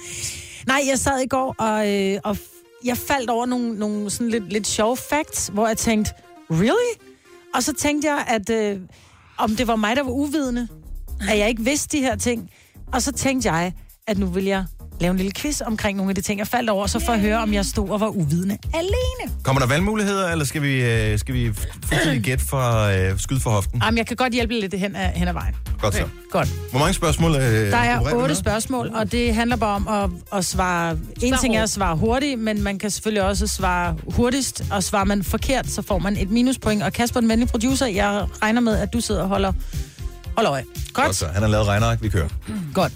Nej, jeg sad i går, og, øh, og f- jeg faldt over nogle, nogle sådan lidt, lidt sjove facts, hvor jeg tænkte, really? Og så tænkte jeg, at øh, om det var mig, der var uvidende, at jeg ikke vidste de her ting. Og så tænkte jeg, at nu vil jeg lave en lille quiz omkring nogle af de ting, jeg faldt over, så for at høre, om jeg stod og var uvidende alene.
Kommer der valgmuligheder, eller skal vi, øh, skal vi fuldstændig gætte fra øh, skyd for hoften?
Jamen, jeg kan godt hjælpe lidt hen ad, hen ad vejen.
Godt så.
Godt.
Hvor mange spørgsmål? Øh,
Der
opererer
er
vi
otte
med?
spørgsmål, og det handler bare om at, at svare... En ting er at svare hurtigt, men man kan selvfølgelig også svare hurtigst, og svarer man forkert, så får man et minuspoint. Og Kasper, den venlige producer, jeg regner med, at du sidder og holder, holder øje.
Godt
Godt?
så. Altså, Han har lavet regneark, vi kører.
Godt.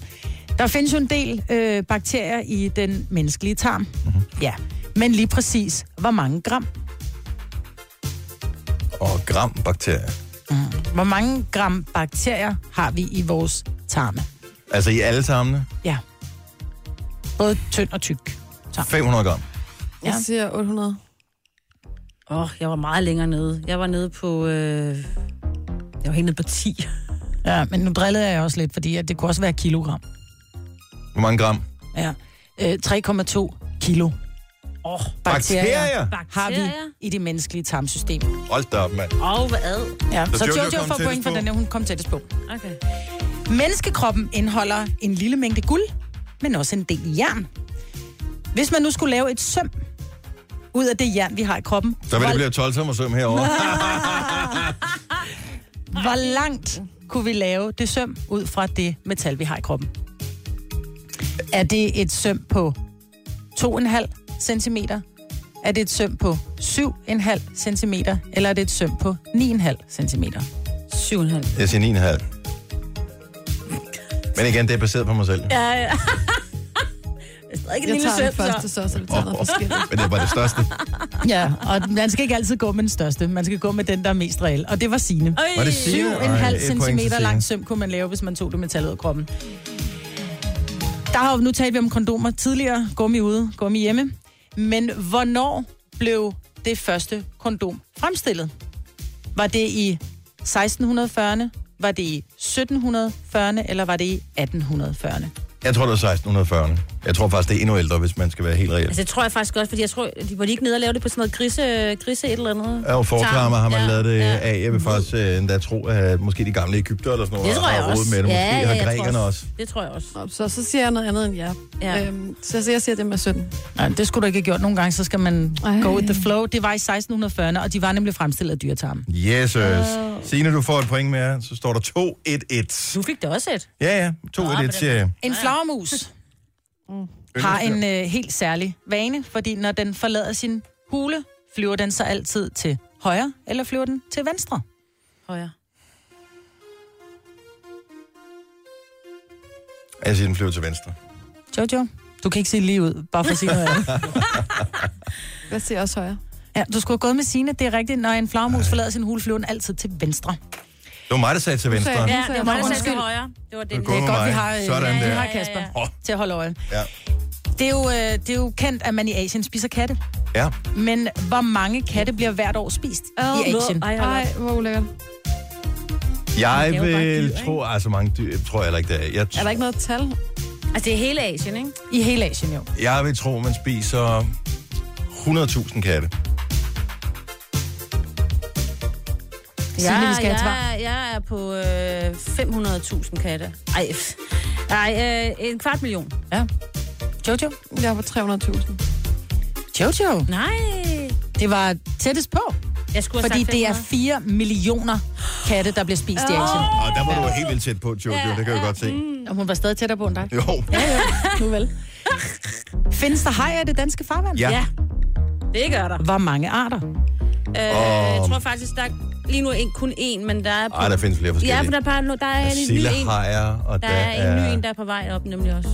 Der findes jo en del øh, bakterier i den menneskelige tarm. Mm-hmm. Ja. Men lige præcis, hvor mange gram?
og gram bakterier.
Hvor mange gram bakterier har vi i vores tarme?
Altså i alle tarmene,
Ja. Både tynd og tyk.
500 gram.
Jeg siger 800.
Åh, oh, jeg var meget længere nede. Jeg var nede på... Øh... Jeg var helt nede på 10.
Ja, men nu drillede jeg også lidt, fordi at det kunne også være kilogram.
Hvor mange gram?
Ja. Øh, 3,2 kilo. Oh, bakterier,
Bakterier?
har vi
Bakterier?
i det menneskelige tarmsystem.
Hold da op, mand.
Åh, oh, hvad ad?
Ja. Så,
Så
så
Jojo
Jojo,
kom
får
tættest
point for
på.
den her, hun kom tættest på.
Okay.
Menneskekroppen indeholder en lille mængde guld, men også en del jern. Hvis man nu skulle lave et søm ud af det jern, vi har i kroppen,
Så vil
hvor,
det blive 12 tommer søm herovre.
hvor langt kunne vi lave det søm ud fra det metal, vi har i kroppen? Er det et søm på 2,5 cm? Er det et søm på 7,5 cm? Eller er det et søm på 9,5 cm?
7,5.
Jeg siger 9,5. Men igen, det er baseret på mig selv. Ja.
Ja, ja. Jeg er stadig ikke en
Jeg
lille
tager
søn,
den første,
så.
så, så vi tager noget forskelligt.
Men det var det største.
Ja, og man skal ikke altid gå med den største. Man skal gå med den, der er mest reel. Og det var sine.
Øj,
Var det Signe? Ej,
7,5
et point til
cm
Signe.
lang søm kunne man lave, hvis man tog det metal ud af kroppen. Der har jo nu talt vi om kondomer tidligere. Gummi ude, gummi hjemme. Men hvornår blev det første kondom fremstillet? Var det i 1640'erne? Var det i 1740'erne? Eller var det i 1840'erne?
Jeg tror, det var 1640. Jeg tror faktisk, det er endnu ældre, hvis man skal være helt reelt.
Altså, det tror jeg faktisk også, fordi jeg tror, de var lige ikke nede og lave det på sådan noget grise, grise et eller andet.
Ja, og forklarmer har man
Ja,
ja, lavet det
ja.
ja. af. Jeg vil faktisk øh, endda tro, at måske de gamle Ægypter eller sådan noget
Det tror jeg
har rodet
også.
med det. Måske
ja, ja,
har
jeg tror
grækerne også.
Det tror jeg også.
Nå, Så, så siger jeg noget andet end jer.
Ja.
Øhm, så, så jeg siger det med 17.
Nej, det skulle du ikke have gjort nogle gange, så skal man
Ej.
Ej. go with the flow. Det var i 1640'erne, og de var nemlig fremstillet af dyretarmen.
Yes, uh. Signe, du får et point mere. Så står der 2-1-1.
Du fik det også et.
Ja, ja. 2-1-1, siger jeg.
En flagermus har en øh, helt særlig vane, fordi når den forlader sin hule, flyver den så altid til højre, eller flyver den til venstre.
Højre.
Jeg siger, den flyver til venstre.
Jojo, du kan ikke se lige ud, bare for at sige noget andet.
Jeg siger også højere.
Ja, du skulle have gået med sine, det er rigtigt. Når en flagermus forlader sin hule, flyver den altid til venstre.
Det var mig, der sagde til venstre.
sagde-
Ja.
Ja, det var
jeg
mig,
tror,
der sagde til
undskyld.
højre. Det var
Det
den.
er gået med
Godt, vi
mig.
har, øh,
Sådan
ja, vi
der.
har Kasper ja,
Åh,
til at holde øje.
Ja.
Det er, jo, øh, det er jo kendt, at man i Asien spiser katte.
ja.
Men hvor mange katte bliver hvert år spist oh, i Asien?
Ej, ej,
Ej,
ej.
hvor ulækkert.
Jeg
jo bare dyr,
vil
ikke?
tro... Altså, mange dyr, tror jeg heller ikke, det er. Jeg,
Er der ikke noget tal?
Altså, det er hele Asien, ikke?
I hele Asien, jo.
jeg vil tro, man spiser 100.000 katte.
Signe, vi skal have et svar.
jeg, jeg er på øh, 500.000 katte. Ej, f- ej øh, en kvart million.
Ja. Jojo?
Jeg er på 300.000.
Jojo.
Nej.
Det var tættest på,
Jeg skulle have
fordi
sagt
det er
500.
4 millioner katte, der bliver spist i Asien.
Og der var du jo helt vildt tæt på, Jojo. Det kan jeg jo godt se.
Mm.
Og hun var stadig tættere på end dig.
Jo.
Nu vel. Findes der hajer i det danske farvand?
Ja.
Ja. Det gør der.
Hvor mange arter?
Øh, jeg tror faktisk, der er lige nu en, kun én, men der er... På,
Ej, der findes flere forskellige.
ja, men der er, bare, no- der er en ny en.
Sillehajer, og
Der er en ny en, der er på vej op, nemlig også.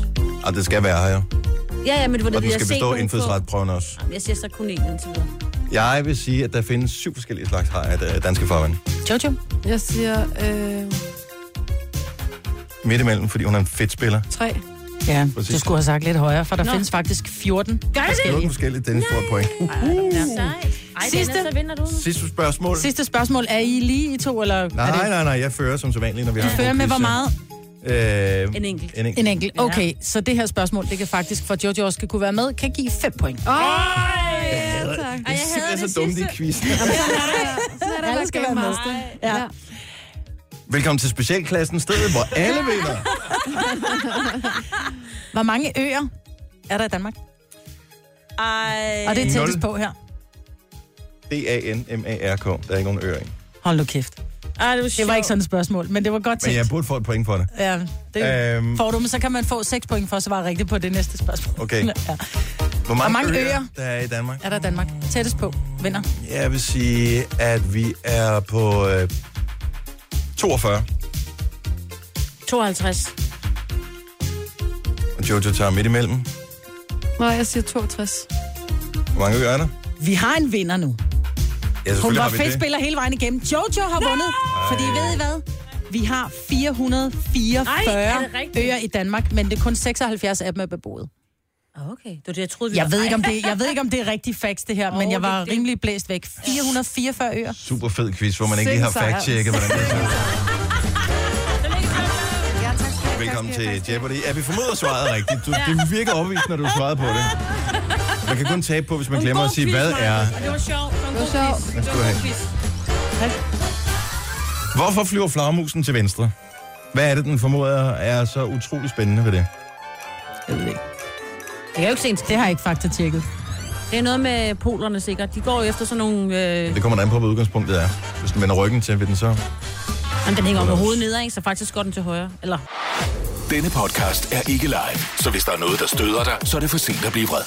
Og det skal være her,
Ja, ja, men det var
og
det,
den skal
jeg har set
bestå
nogen på.
indfødsretprøven også.
Jeg siger så kun én indtil videre.
Jeg vil sige, at der findes syv forskellige slags hajer i det danske farvand.
Jojo?
Jeg siger øh,
Midt imellem, fordi hun er en fedt spiller.
3.
Ja,
Præcis.
du skulle have sagt lidt højere, for der Nå. findes faktisk 14.
Gør det?
Det er forskelligt, Dennis får et point. Ah,
Sejt. Ej,
Sidste.
Dennis, så vinder du.
Sidste spørgsmål.
Sidste spørgsmål. Er I lige i to, eller er det
Nej, nej, nej, jeg fører som sædvanligt, når vi har en
Fører
god
med
quiz,
hvor
ja.
meget?
Øh,
En enkelt.
En enkelt.
En enkelt. Okay, så det her spørgsmål, det kan faktisk, for Jojo også skal kunne være med, kan give 5 point. Oh,
Ej, jeg
Øh, Det er
havde det
så dumt i
sidste.
quizzen.
alle skal være med. Ja.
Velkommen til specialklassen, stedet, hvor alle vinder.
Hvor mange øer er der i Danmark?
Ej.
Og det er
Nul.
tættest på her.
D-A-N-M-A-R-K. Der er ikke nogen ører i.
Hold nu kæft.
Ej, det var,
Det var ikke sådan et spørgsmål, men det var godt
Men jeg
tænkt.
burde få et point for det.
Ja, det
Øhm.
øhm. får du, men så kan man få 6 point for at svare rigtigt på det næste spørgsmål.
Okay.
Ja.
Hvor mange,
mange
øer,
øer?
der er i Danmark?
Er der i Danmark? Tættest på. Vinder.
Jeg vil sige, at vi er på øh, 42.
52.
Og Jojo tager midt imellem.
Nå, jeg siger 62.
Hvor mange øer er der?
Vi har en vinder nu.
Ja,
Hun
selvfølgelig
var
har vi det.
fedtspiller hele vejen igennem. Jojo har vundet, fordi ved I hvad? Vi har
Ej, er
444
det rigtigt?
øer i Danmark, men det er kun 76 af dem er beboet.
Ah, Okay, det var det, jeg troede, vi
Jeg ved ikke, om det, jeg ved ikke, om det er rigtig facts, det her, men
Åh,
jeg var
det- det-
rimelig blæst væk. 444 øer.
Super fed quiz, hvor man ikke lige har
Sindssygt.
fact-checket, hvordan det er. Velkommen til Jeopardy. Ja, vi formoder svaret rigtigt. Du, det virker overvist, når du svarede på det. Man kan kun tabe på, hvis man glemmer at sige, hvad er...
Det var sjovt. Det var en god
sjovt.
quiz.
Det var en god quiz. Hvorfor flyver flagermusen til venstre? Hvad er det, den formoder er så utrolig spændende ved det?
Jeg ved ikke.
Det er jo ikke sent.
Det har jeg ikke faktatjekket.
Det er noget med polerne sikkert. De går jo efter sådan nogle... Øh...
Det kommer da an på, hvad udgangspunktet er. Hvis den vender ryggen til, vil den så...
Jamen, den hænger om med hovedet nedad, ikke? så faktisk går den til højre. Eller...
Denne podcast er ikke live, så hvis der er noget, der støder dig, så er det for sent at blive vred.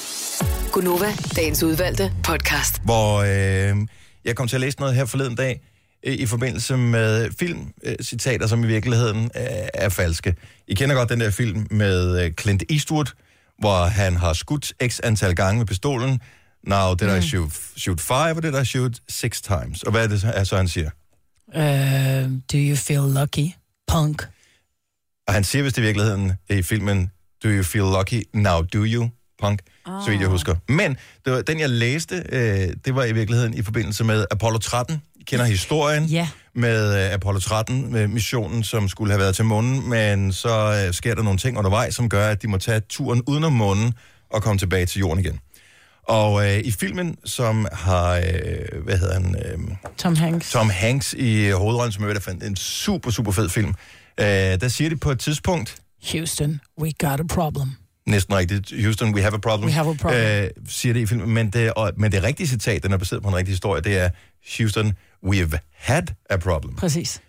Gunova, dagens udvalgte podcast.
hvor øh, jeg kom til at læse noget her forleden dag øh, i forbindelse med filmcitater, som i virkeligheden øh, er falske. I kender godt den der film med øh, Clint Eastwood, hvor han har skudt x antal gange med pistolen. Now did I shoot, shoot five, og did I shoot six times? Og hvad er det så, altså, han siger?
Uh, do you feel lucky? Punk.
Og han siger, hvis det i virkeligheden i filmen, Do you feel lucky? Now do you? Punk, oh.
Ah.
så vidt jeg husker. Men det var, den, jeg læste, øh, det var i virkeligheden i forbindelse med Apollo 13, kender historien
Ja.
med øh, Apollo 13, med missionen, som skulle have været til månen, men så øh, sker der nogle ting undervejs, som gør, at de må tage turen udenom månen og komme tilbage til jorden igen. Og øh, i filmen, som har, øh, hvad hedder han, øh,
Tom Hanks.
Tom Hanks i øh, hovedrollen, som i øvrigt er en- en super, super fed film, øh, der siger de på et tidspunkt,
Houston, we got a problem.
næsten rigtigt. Houston, we have a problem.
We have a problem.
Øh, siger det i filmen. Men det, og, men det rigtige citat, den er baseret på en rigtig historie, det er Houston, we've had a problem.
Præcis.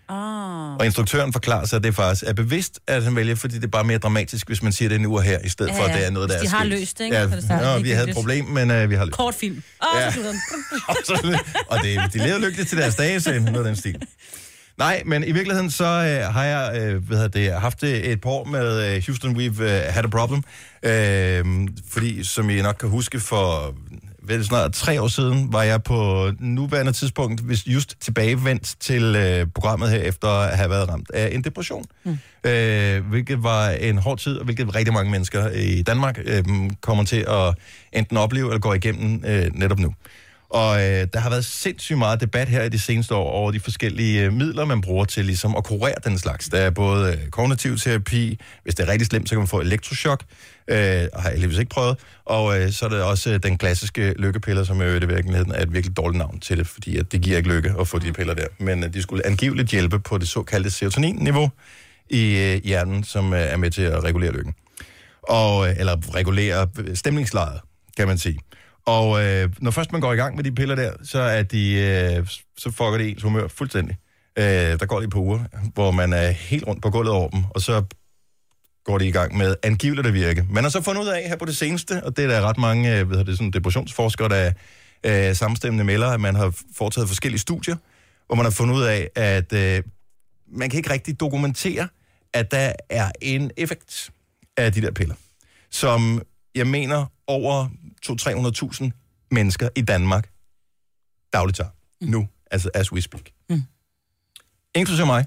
Og instruktøren forklarer sig, at det faktisk er bevidst, at han vælger, fordi det er bare mere dramatisk, hvis man siger det nu og her, i stedet ja,
Ja,
for, at
ja.
det er noget, der
Hvis
er
de har
sket.
løst det, ikke?
Ja,
For det starter
nå, vi
ligegyldigt.
havde et problem, men øh, vi har løst
Kort film. Åh,
Ja.
oh, så
Absolut. og det, de lever lykkeligt til deres dage, sagde han, noget af den stil. Nej, men i virkeligheden så øh, har jeg øh, hvad hedder det, haft det et par år med øh, Houston We've øh, Had a Problem. Øh, fordi, som I nok kan huske, for vel snart tre år siden, var jeg på nuværende tidspunkt hvis just tilbagevendt til øh, programmet her, efter at have været ramt af en depression. Mm. Øh, hvilket var en hård tid, og hvilket rigtig mange mennesker i Danmark øh, kommer til at enten opleve eller gå igennem øh, netop nu. Og øh, der har været sindssygt meget debat her i de seneste år over de forskellige øh, midler, man bruger til ligesom at kurere den slags. Der er både øh, kognitiv terapi, hvis det er rigtig slemt, så kan man få elektroschok, øh, og har jeg heldigvis ikke prøvet. Og øh, så er der også øh, den klassiske lykkepiller, som jo i virkeligheden er et virkelig dårligt navn til det, fordi at det giver ikke lykke at få de piller der. Men øh, de skulle angiveligt hjælpe på det såkaldte serotonin-niveau i øh, hjernen, som øh, er med til at regulere lykken og, øh, eller regulere stemningslejet, kan man sige. Og øh, når først man går i gang med de piller der, så, er de, øh, så fucker det ens humør fuldstændig. Øh, der går lige på uger, hvor man er helt rundt på gulvet over dem, og så går de i gang med angiveligt at virke. Man har så fundet ud af her på det seneste, og det er der ret mange øh, hvad hedder det, sådan depressionsforskere, der øh, samstemmende melder, at man har foretaget forskellige studier, hvor man har fundet ud af, at øh, man kan ikke rigtig dokumentere, at der er en effekt af de der piller, som jeg mener over 200-300.000 mennesker i Danmark dagligt tager. Nu, altså as we speak. Mm. Inklusive mig.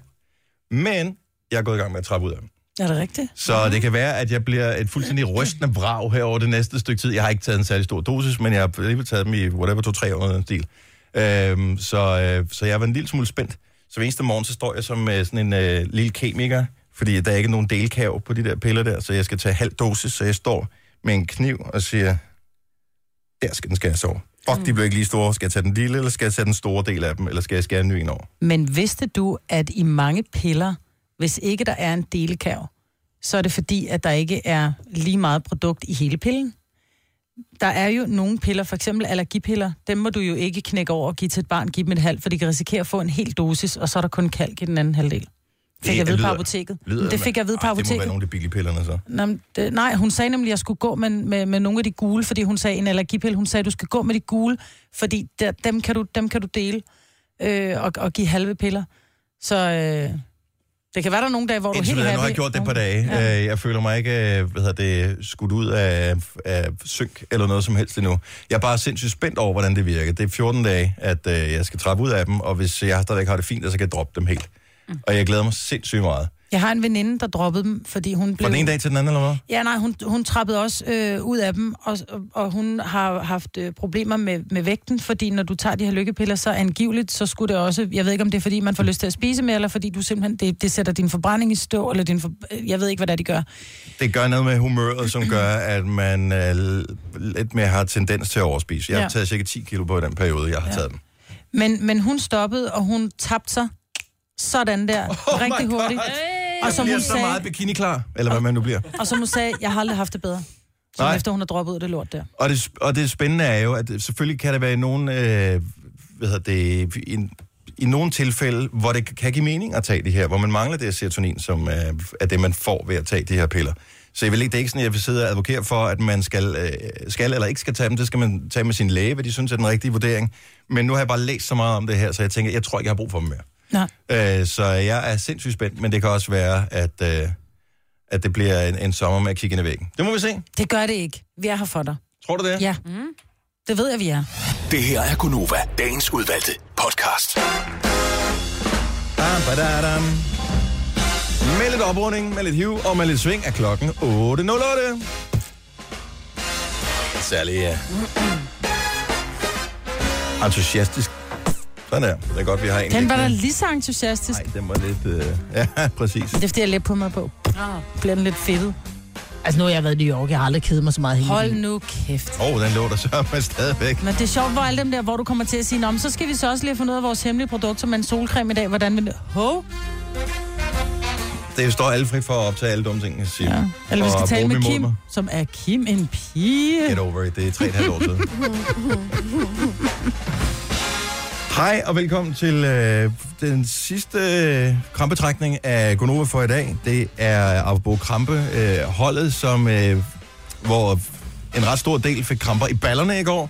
Men jeg er gået i gang med at trappe ud af dem.
Er det rigtigt?
Så det kan være, at jeg bliver et fuldstændig rystende brag her over det næste stykke tid. Jeg har ikke taget en særlig stor dosis, men jeg har alligevel taget dem i whatever, to-tre år eller den stil. Øhm, så, øh, så jeg var en lille smule spændt. Så hver eneste morgen, så står jeg som øh, sådan en øh, lille kemiker, fordi der er ikke nogen delkav på de der piller der, så jeg skal tage halv dosis, så jeg står med en kniv og siger, der skal den skæres over. Fuck, de bliver ikke lige store. Skal jeg tage den lille, eller skal jeg tage den store del af dem, eller skal jeg skære en ny en over?
Men vidste du, at i mange piller, hvis ikke der er en delekav, så er det fordi, at der ikke er lige meget produkt i hele pillen? Der er jo nogle piller, for eksempel allergipiller, dem må du jo ikke knække over og give til et barn, give dem et halvt, for de kan risikere at få en hel dosis, og så er der kun kalk i den anden halvdel. Fik
Det
det, jeg ved på
lyder-
apoteket. Lyder,
som-
det fik jeg ved på
Ah, Det må
apoteket.
være nogle af de billige pillerne, så.
Nå, men det, nej, hun sagde nemlig, at jeg skulle gå med, med, med nogle af de gule, fordi hun sagde en allergipille. Hun sagde, at du skal gå med de gule, fordi der, dem, kan du, dem kan du dele øh, og, og give halve piller. Så øh, det kan være, der er nogle dage, hvor du er
Indtil
helt
videre, nu
happy.
har jeg gjort det et par dage.
Ja.
Ja. Jeg føler mig ikke øh, hvad hedder det, skudt ud af, af synk eller noget som helst endnu. Jeg er bare sindssygt spændt over, hvordan det virker. Det er 14 dage, at øh, jeg skal trappe ud af dem, og hvis jeg stadigvæk har det fint, så kan jeg droppe dem helt.
Mm.
Og jeg glæder mig sindssygt meget.
Jeg har en veninde, der droppede dem, fordi hun blev...
Fra den ene dag til den anden, eller hvad?
Ja, nej, hun, hun trappede også øh, ud af dem, og, og hun har haft øh, problemer med, med vægten, fordi når du tager de her lykkepiller, så angiveligt, så skulle det også, jeg ved ikke om det er fordi, man får lyst til at spise mere, eller fordi du simpelthen, det, det sætter din forbrænding i stå, eller din, for, øh, jeg ved ikke, hvad det er, de gør.
Det gør noget med humøret, som gør, at man øh, lidt mere har tendens til at overspise. Jeg har
Ja.
taget cirka 10 kilo på i den periode, jeg har taget dem.
Men, men hun stoppede, og hun tabte sig sådan der, oh rigtig
my
hurtigt.
God.
Og som,
Jeg er
hun
så meget
sagde,
bikini klar, eller hvad man nu bliver.
og som hun sagde, jeg har aldrig haft det bedre. Som
Nej.
efter hun har droppet ud af det lort der.
Og det, og det spændende er jo, at selvfølgelig kan der være nogen, øh, hvad hedder det, i, i nogle tilfælde, hvor det kan give mening at tage det her, hvor man mangler det her serotonin, som øh, er det, man får ved at tage de her piller. Så jeg vil ikke, det er ikke sådan, at jeg vil sidde og advokere for, at man skal, øh, skal eller ikke skal tage dem. Det skal man tage med sin læge, hvad de synes er den rigtige vurdering. Men nu har jeg bare læst så meget om det her, så jeg tænker, jeg tror ikke, jeg har brug for dem mere.
Nej.
Øh, så jeg er sindssygt spændt, men det kan også være, at, øh, at det bliver en, en sommer med at kigge ind i væggen. Det må vi se.
Det gør det ikke. Vi er her for dig.
Tror du det?
Ja. Det ved jeg, vi er.
Det her er Gonova, dagens udvalgte podcast.
Bam, badadam. Med lidt oprunding, med lidt hiv og med lidt sving er klokken 8.08. øh, Særlig ja. entusiastisk Sådan der. Det er godt, vi har en.
Den var da
liggende.
lige så entusiastisk.
Nej, den var lidt... Øh... Ja, præcis.
Det er fordi, jeg læb på mig på. Bliver den lidt fedtet. Altså, nu har jeg været i New York. Jeg har aldrig kedet mig så meget hele Hold nu kæft.
Åh, oh, den lå der sørme stadigvæk.
Men det er sjovt, hvor alle dem der, hvor du kommer til at sige, Nå, men så skal vi så også lige finde ud af vores hemmelige produkter med en solcreme i dag. Hvordan vil det? Ho?
Det står alle frit for at optage alle dumme ting, jeg siger.
Ja. Eller vi skal
Og
tale
bruge
med
dem imod
Kim,
mig.
som er Kim en pige.
Get over it. Det er tre et halvt år siden. Hej og velkommen til øh, den sidste øh, krampetrækning af Gonova for i dag. Det er apropos krampe, øh, holdet, som, øh, hvor en ret stor del fik kramper i ballerne i går.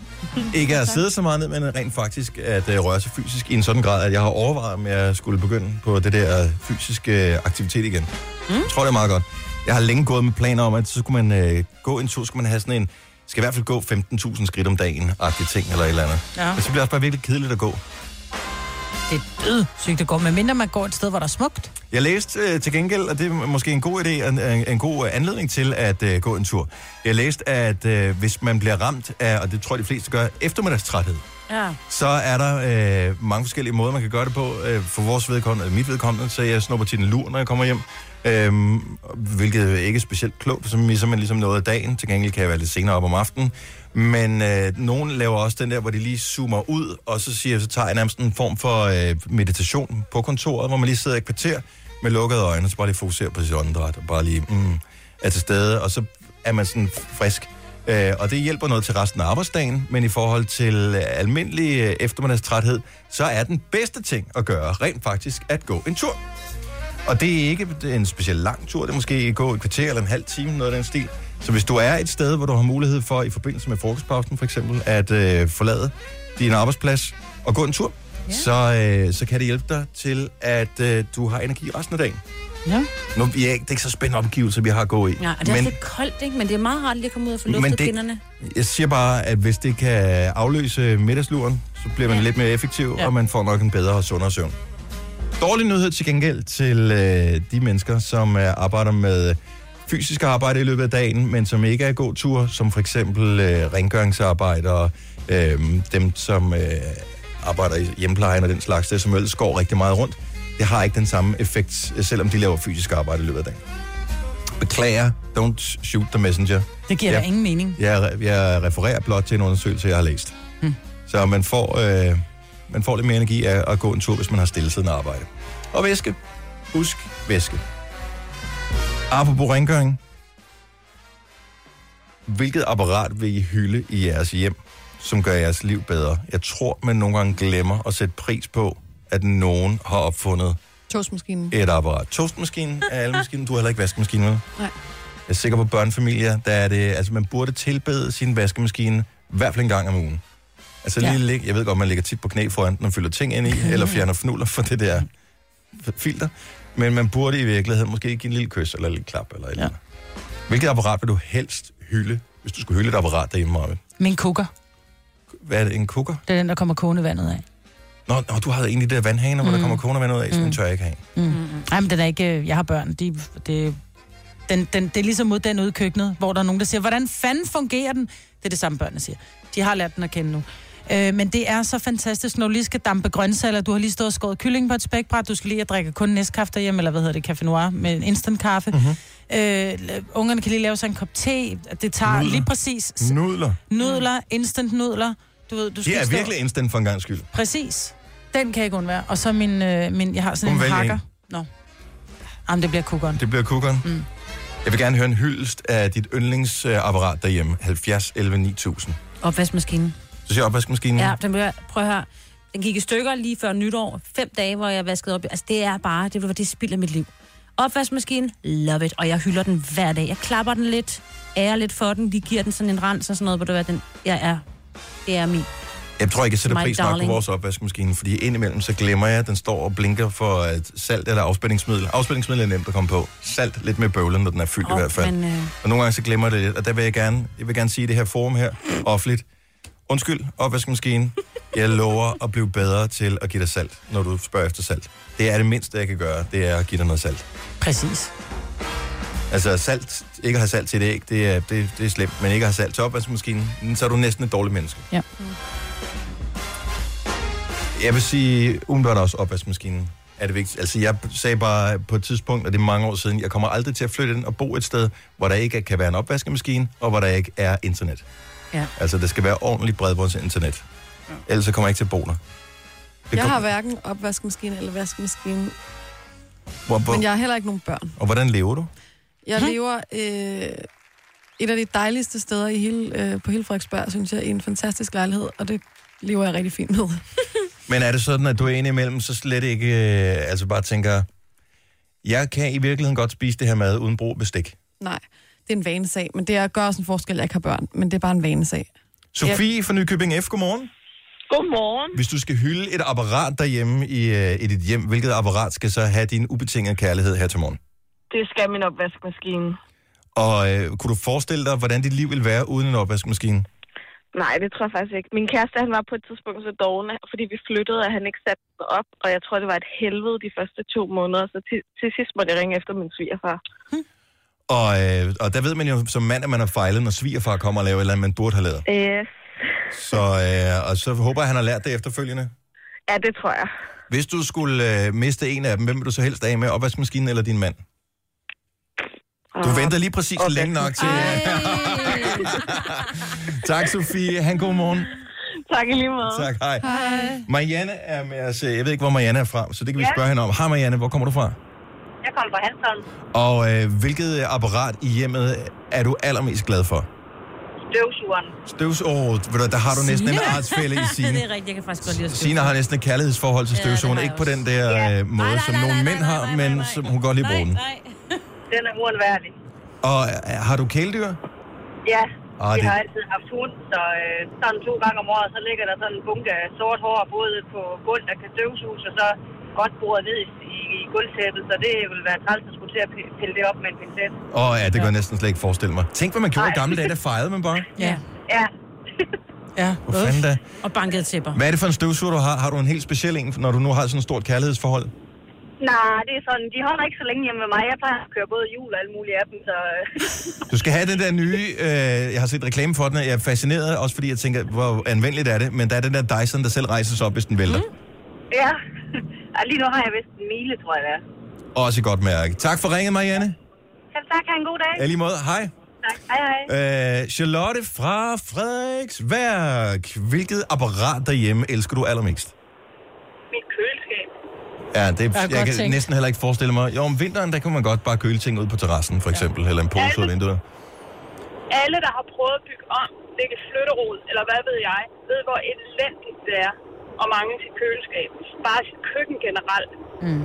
Ikke at sidde så meget ned, men rent faktisk at øh, røre sig fysisk i en sådan grad, at jeg har overvejet, om jeg skulle begynde på det der fysiske øh, aktivitet igen. Mm. Jeg tror, det er meget godt. Jeg har længe gået med planer om, at så skulle man øh, gå en tur, skulle man have sådan en, skal i hvert fald gå 15.000 skridt om dagen, agtig ting eller et eller andet.
Ja.
Men så bliver det også bare virkelig kedeligt at gå.
Det er død sygt at gå, medmindre man går et sted, hvor der er smukt.
Jeg læste øh, til gengæld, og det er måske en god idé, en, en, en god øh, anledning til at øh, gå en tur. Jeg læste, at øh, hvis man bliver ramt af, og det tror jeg de fleste gør, eftermiddagstræthed,
Ja.
så er der øh, mange forskellige måder, man kan gøre det på. Øh, for vores vedkommende, eller mit vedkommende, så jeg snupper til en lur, når jeg kommer hjem. Øhm, hvilket ikke er specielt klogt, for så misser man ligesom noget af dagen. Til gengæld kan jeg være lidt senere op om aftenen. Men øh, nogen laver også den der, hvor de lige zoomer ud, og så siger så tager jeg nærmest en form for øh, meditation på kontoret, hvor man lige sidder i et kvarter med lukkede øjne, og så bare lige fokuserer på sit åndedræt, og bare lige mm, er til stede, og så er man sådan frisk. Øh, og det hjælper noget til resten af arbejdsdagen, men i forhold til øh, almindelig øh, eftermiddagstræthed, så er den bedste ting at gøre rent faktisk at gå en tur. Og det er ikke en speciel lang tur, det er måske gå et kvarter eller en halv time, noget af den stil. Så hvis du er et sted, hvor du har mulighed for, i forbindelse med frokostpausen for eksempel, at øh, forlade din arbejdsplads og gå en tur, ja. så, øh, så kan det hjælpe dig til, at øh, du har energi resten af dagen.
Ja.
Nu, ja, det er ikke så spændende omgivelser, vi har at gå i.
Nej, og det er men... også lidt koldt, ikke? Men det er meget rart lige at komme ud og få
Men
luftet
det-
kinderne.
Jeg siger bare, at hvis det kan afløse middagsluren, så bliver man ja. lidt mere effektiv, ja. og man får nok en bedre og sundere søvn. Dårlig nyhed til gengæld til øh, de mennesker, som øh, arbejder med fysisk arbejde i løbet af dagen, men som ikke er god tur, som for eksempel øh, rengøringsarbejdere, øh, dem som øh, arbejder i hjemmeplejen og den slags, det som ellers går rigtig meget rundt. Det har ikke den samme effekt, øh, selvom de laver fysisk arbejde i løbet af dagen. Beklager, don't shoot the messenger.
Det giver
Ja.
ja. da ingen mening.
Jeg, jeg refererer blot til en undersøgelse, jeg har læst. Hmm. Så man får, øh, man får lidt mere energi af at gå en tur, hvis man har stillesiddende arbejde. Og væske. Husk væske. Apropos rengøring. Hvilket apparat vil I hylde i jeres hjem, som gør jeres liv bedre? Jeg tror, man nogle gange glemmer at sætte pris på, at nogen har opfundet
Toastmaskinen.
et apparat. Toastmaskinen er alle maskinen. Du har heller ikke vaskemaskinen, vel?
Nej.
Jeg er sikker på børnefamilier, der er det... Altså, man burde tilbede sin vaskemaskine i hvert fald en gang om ugen. Altså,
Ja.
lige lig, jeg ved godt, man ligger tit på knæ foran den og fylder ting ind i, eller fjerner fnuller for det der f- filter. Men man burde i virkeligheden måske give en lille kys eller en lille klap eller et eller andet. Hvilket apparat vil du helst hylde, hvis du skulle hylde et apparat derhjemme, Marve?
Min kukker,
Hvad er det, en kukker?
det er den, der kommer kogende vandet af.
Nå, nå du har egentlig det der vandhaner,
Mm.
hvor der kommer kogende vand ud af, så den tør jeg ikke have.
Nej, men den er ikke... øh, Jeg har børn. De, det, den, den, det er ligesom mod den ude i køkkenet, hvor der er nogen, der siger, hvordan fanden fungerer den? Det er det samme, børnene siger. De har lært den at kende nu. Øh, men det er så fantastisk, når du lige skal dampe grøntsager, eller du har lige stået og skåret kylling på et spækbræt, du skal lige at drikke kun næstkaffe derhjemme, eller hvad hedder det, café noir med instant kaffe. Mm-hmm. Øh, ungerne kan lige lave sig en kop te. Det tager
Mhm. Nudler.
lige præcis
Nudler.
nudler, instant nudler. Du ved, du skal
Det
ikke
er
stå-
virkelig instant for en gang skyld.
Præcis. Den kan ikke undvære. Og så min, øh, min jeg har sådan
Hun
en
vælger
hakker.
en.
Nå. Jamen, det bliver kukkeren.
Det bliver kukkeren. Mm. Jeg vil gerne høre en hyldest af dit yndlingsapparat derhjemme. 70 11 9000.
Opvaskemaskinen.
Så siger jeg opvaskemaskinen.
Ja, den bliver, prøv at høre. Den gik i stykker lige før nytår. Fem dage, hvor jeg vaskede op. Altså, det er bare, det var det spild af mit liv. Opvaskemaskinen, love it. Og jeg hylder den hver dag. Jeg klapper den lidt, ærer lidt for den, lige giver den sådan en rens og sådan noget, hvor det var den, jeg er. Det er min.
Jeg tror ikke, jeg sætter
My
pris nok på
darling.
vores opvaskemaskine, fordi indimellem så glemmer jeg, at den står og blinker for et salt eller afspændingsmiddel. Afspændingsmiddel er nemt at komme på. Salt lidt med bøvlen, når den er fyldt oh, i
Åh,
hvert fald.
men, øh,
Og nogle gange så glemmer jeg det lidt, og der vil jeg gerne, jeg vil gerne sige i det her forum her, offentligt. Undskyld, opvaskemaskinen. Jeg lover at blive bedre til at give dig salt, når du spørger efter salt. Det er det mindste, jeg kan gøre, det er at give dig noget salt.
Præcis.
Altså salt, ikke at have salt til et æg, det er, det, det er slemt, men ikke at have mm, salt til opvaskemaskinen, så er du næsten et dårligt menneske.
Ja.
Mm. Jeg vil sige, umiddelbart også opvaskemaskinen er det vigtigt. Altså, jeg sagde bare på et tidspunkt, og det er mange år siden, jeg kommer aldrig til at flytte ind og bo et sted, hvor der ikke kan være en opvaskemaskine, og hvor der ikke er internet.
Ja.
Altså, der skal være ordentligt bredbåndsinternet. Ja. Ellers så kommer jeg ikke til at bo der. Det
Jeg
kom-
har hverken opvaskemaskine eller vaskemaskine,
hvor, hvor,
men
jeg...
jeg har heller ikke nogen børn.
Og hvordan lever du?
Jeg lever øh, et af de dejligste steder i hele, øh, på hele Frederiksberg, synes jeg, i en fantastisk lejlighed, og det lever jeg rigtig fint med.
Men er det sådan, at du er imellem så slet ikke, øh, altså bare tænker, jeg kan i virkeligheden godt spise det her mad uden brug af bestik.
Nej, det er en vanesag, men det er gør også en forskel, at jeg ikke har børn, men det er bare en vanesag.
Sofie fra Nykøbing F, godmorgen.
Godmorgen.
Hvis du skal hylde et apparat derhjemme i, øh, i dit hjem, hvilket apparat skal så have din ubetingede kærlighed her til morgen?
Det skal min opvaskemaskine.
Og øh, kunne du forestille dig, hvordan dit liv ville være uden en opvaskemaskine?
Nej, det tror jeg faktisk ikke. Min kæreste, han var på et tidspunkt så dogne, fordi vi flyttede, og han ikke satte den op. Og jeg tror, det var et helvede de første to måneder, så til, til sidst måtte jeg ringe efter min svigerfar.
Og, øh, og der ved man jo som mand, at man har fejlet, når svigerfar kommer og laver et eller andet, man burde have lavet.
Øh,
Så, øh, og så håber jeg, han har lært det efterfølgende.
ja, det tror jeg.
Hvis du skulle øh, miste en af dem, hvem vil du så helst af med? Opvaskemaskinen eller din mand? Du
Og-
venter lige præcis okay. længe nok til... tak, Sofie. Han god morgen.
Tak i lige måde.
Tak, hej. hej. Marianne er med os. Jeg ved ikke, hvor Marianne er fra, så det kan vi spørge hende om. Hej Marianne, hvor kommer du fra?
Jeg kommer fra Hansen.
Og øh, hvilket apparat i hjemmet er du allermest glad for?
Støvsugeren.
Støvs... Oh, ved du, der har du næsten en artsfælde i
Ja,
Signe.
det er rigtigt. Jeg kan faktisk godt lide at støve.
Signe har næsten et kærlighedsforhold til
Ja, det har
støvsugeren.
jeg
Ikke på
også.
den der øh, måde, som nogle mænd har, men som hun godt lige bruger den.
Nej, nej.
Den er uundværlig.
Og øh, har du kæledyr?
Ja,
Ah,
ah, vi
det-
har altid haft hund, så øh, sådan to gange om året, så ligger der sådan en bunke af sort hår, både på gulv, der kan støvsuges, og så godt boret ned i, i, i gulvtæppet, så det ville være træls at skulle til at pi- pille det op med en pincet.
Åh oh, ja, det kan jeg næsten slet ikke forestille mig. Tænk, hvad man gjorde i gamle dage, der fejrede man bare.
Ja.
Ja,
Ja.
Hvor fanden da?
Og bankede tæpper.
Hvad er det for en støvsuger, du har? Har du en helt speciel en, når du nu har sådan et stort kærlighedsforhold?
nej, det er sådan, de holder ikke så længe hjemme med mig. Jeg plejer at køre både jul og alle mulige af dem, så øh,
Du skal have den der nye, øh, jeg har set reklame for den, og jeg er fascineret, også fordi jeg tænker, hvor anvendeligt er det, men der er den der Dyson, der selv rejser sig op, hvis den vælter. Mm.
ja. Ej, Lige nu har jeg vist en mile, tror jeg det er.
Også et godt mærke. Tak for ringet, Marianne.
Selv tak, ha' en god dag.
Ja. Lige måde, hej.
Tak. Hej, hej.
Øh, Charlotte fra Frederiksværk. Hvilket apparat derhjemme elsker du allermest?
Mit køleskab.
Ja, det, jeg,
godt
jeg kan
tænkt.
næsten heller ikke forestille mig. Jo, om vinteren, der kan man godt bare køle ting ud på terrassen, for eksempel, ja. eller en pose
Ja,
ja, eller intet.
alle, der har prøvet at bygge om, lægge flytterod, eller hvad ved jeg, ved, hvor elendigt det er at mangle sit køleskab. Bare sit køkken generelt.
Men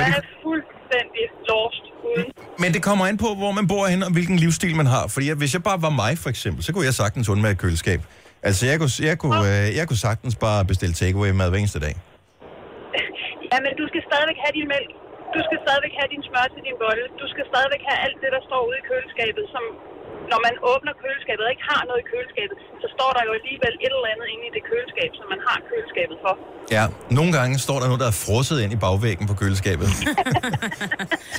Man
det,
er fuldstændig lost uden.
men det kommer an på, hvor man bor hen og hvilken livsstil man har. Fordi jeg, hvis jeg bare var mig, for eksempel, så kunne jeg sagtens undvære et køleskab. Altså, jeg kunne, jeg kunne, øh, jeg kunne sagtens bare bestille takeaway-mad hver eneste dag.
Ja, men du skal stadigvæk have din mælk. Du skal stadigvæk have din smør til din bolle. Du skal stadigvæk have alt det, der står ude i køleskabet, som når man åbner køleskabet og ikke har noget i køleskabet, så står der jo alligevel et eller andet inde i det køleskab, som man har køleskabet for.
Ja, nogle gange står der noget, der er frosset ind i bagvæggen på køleskabet.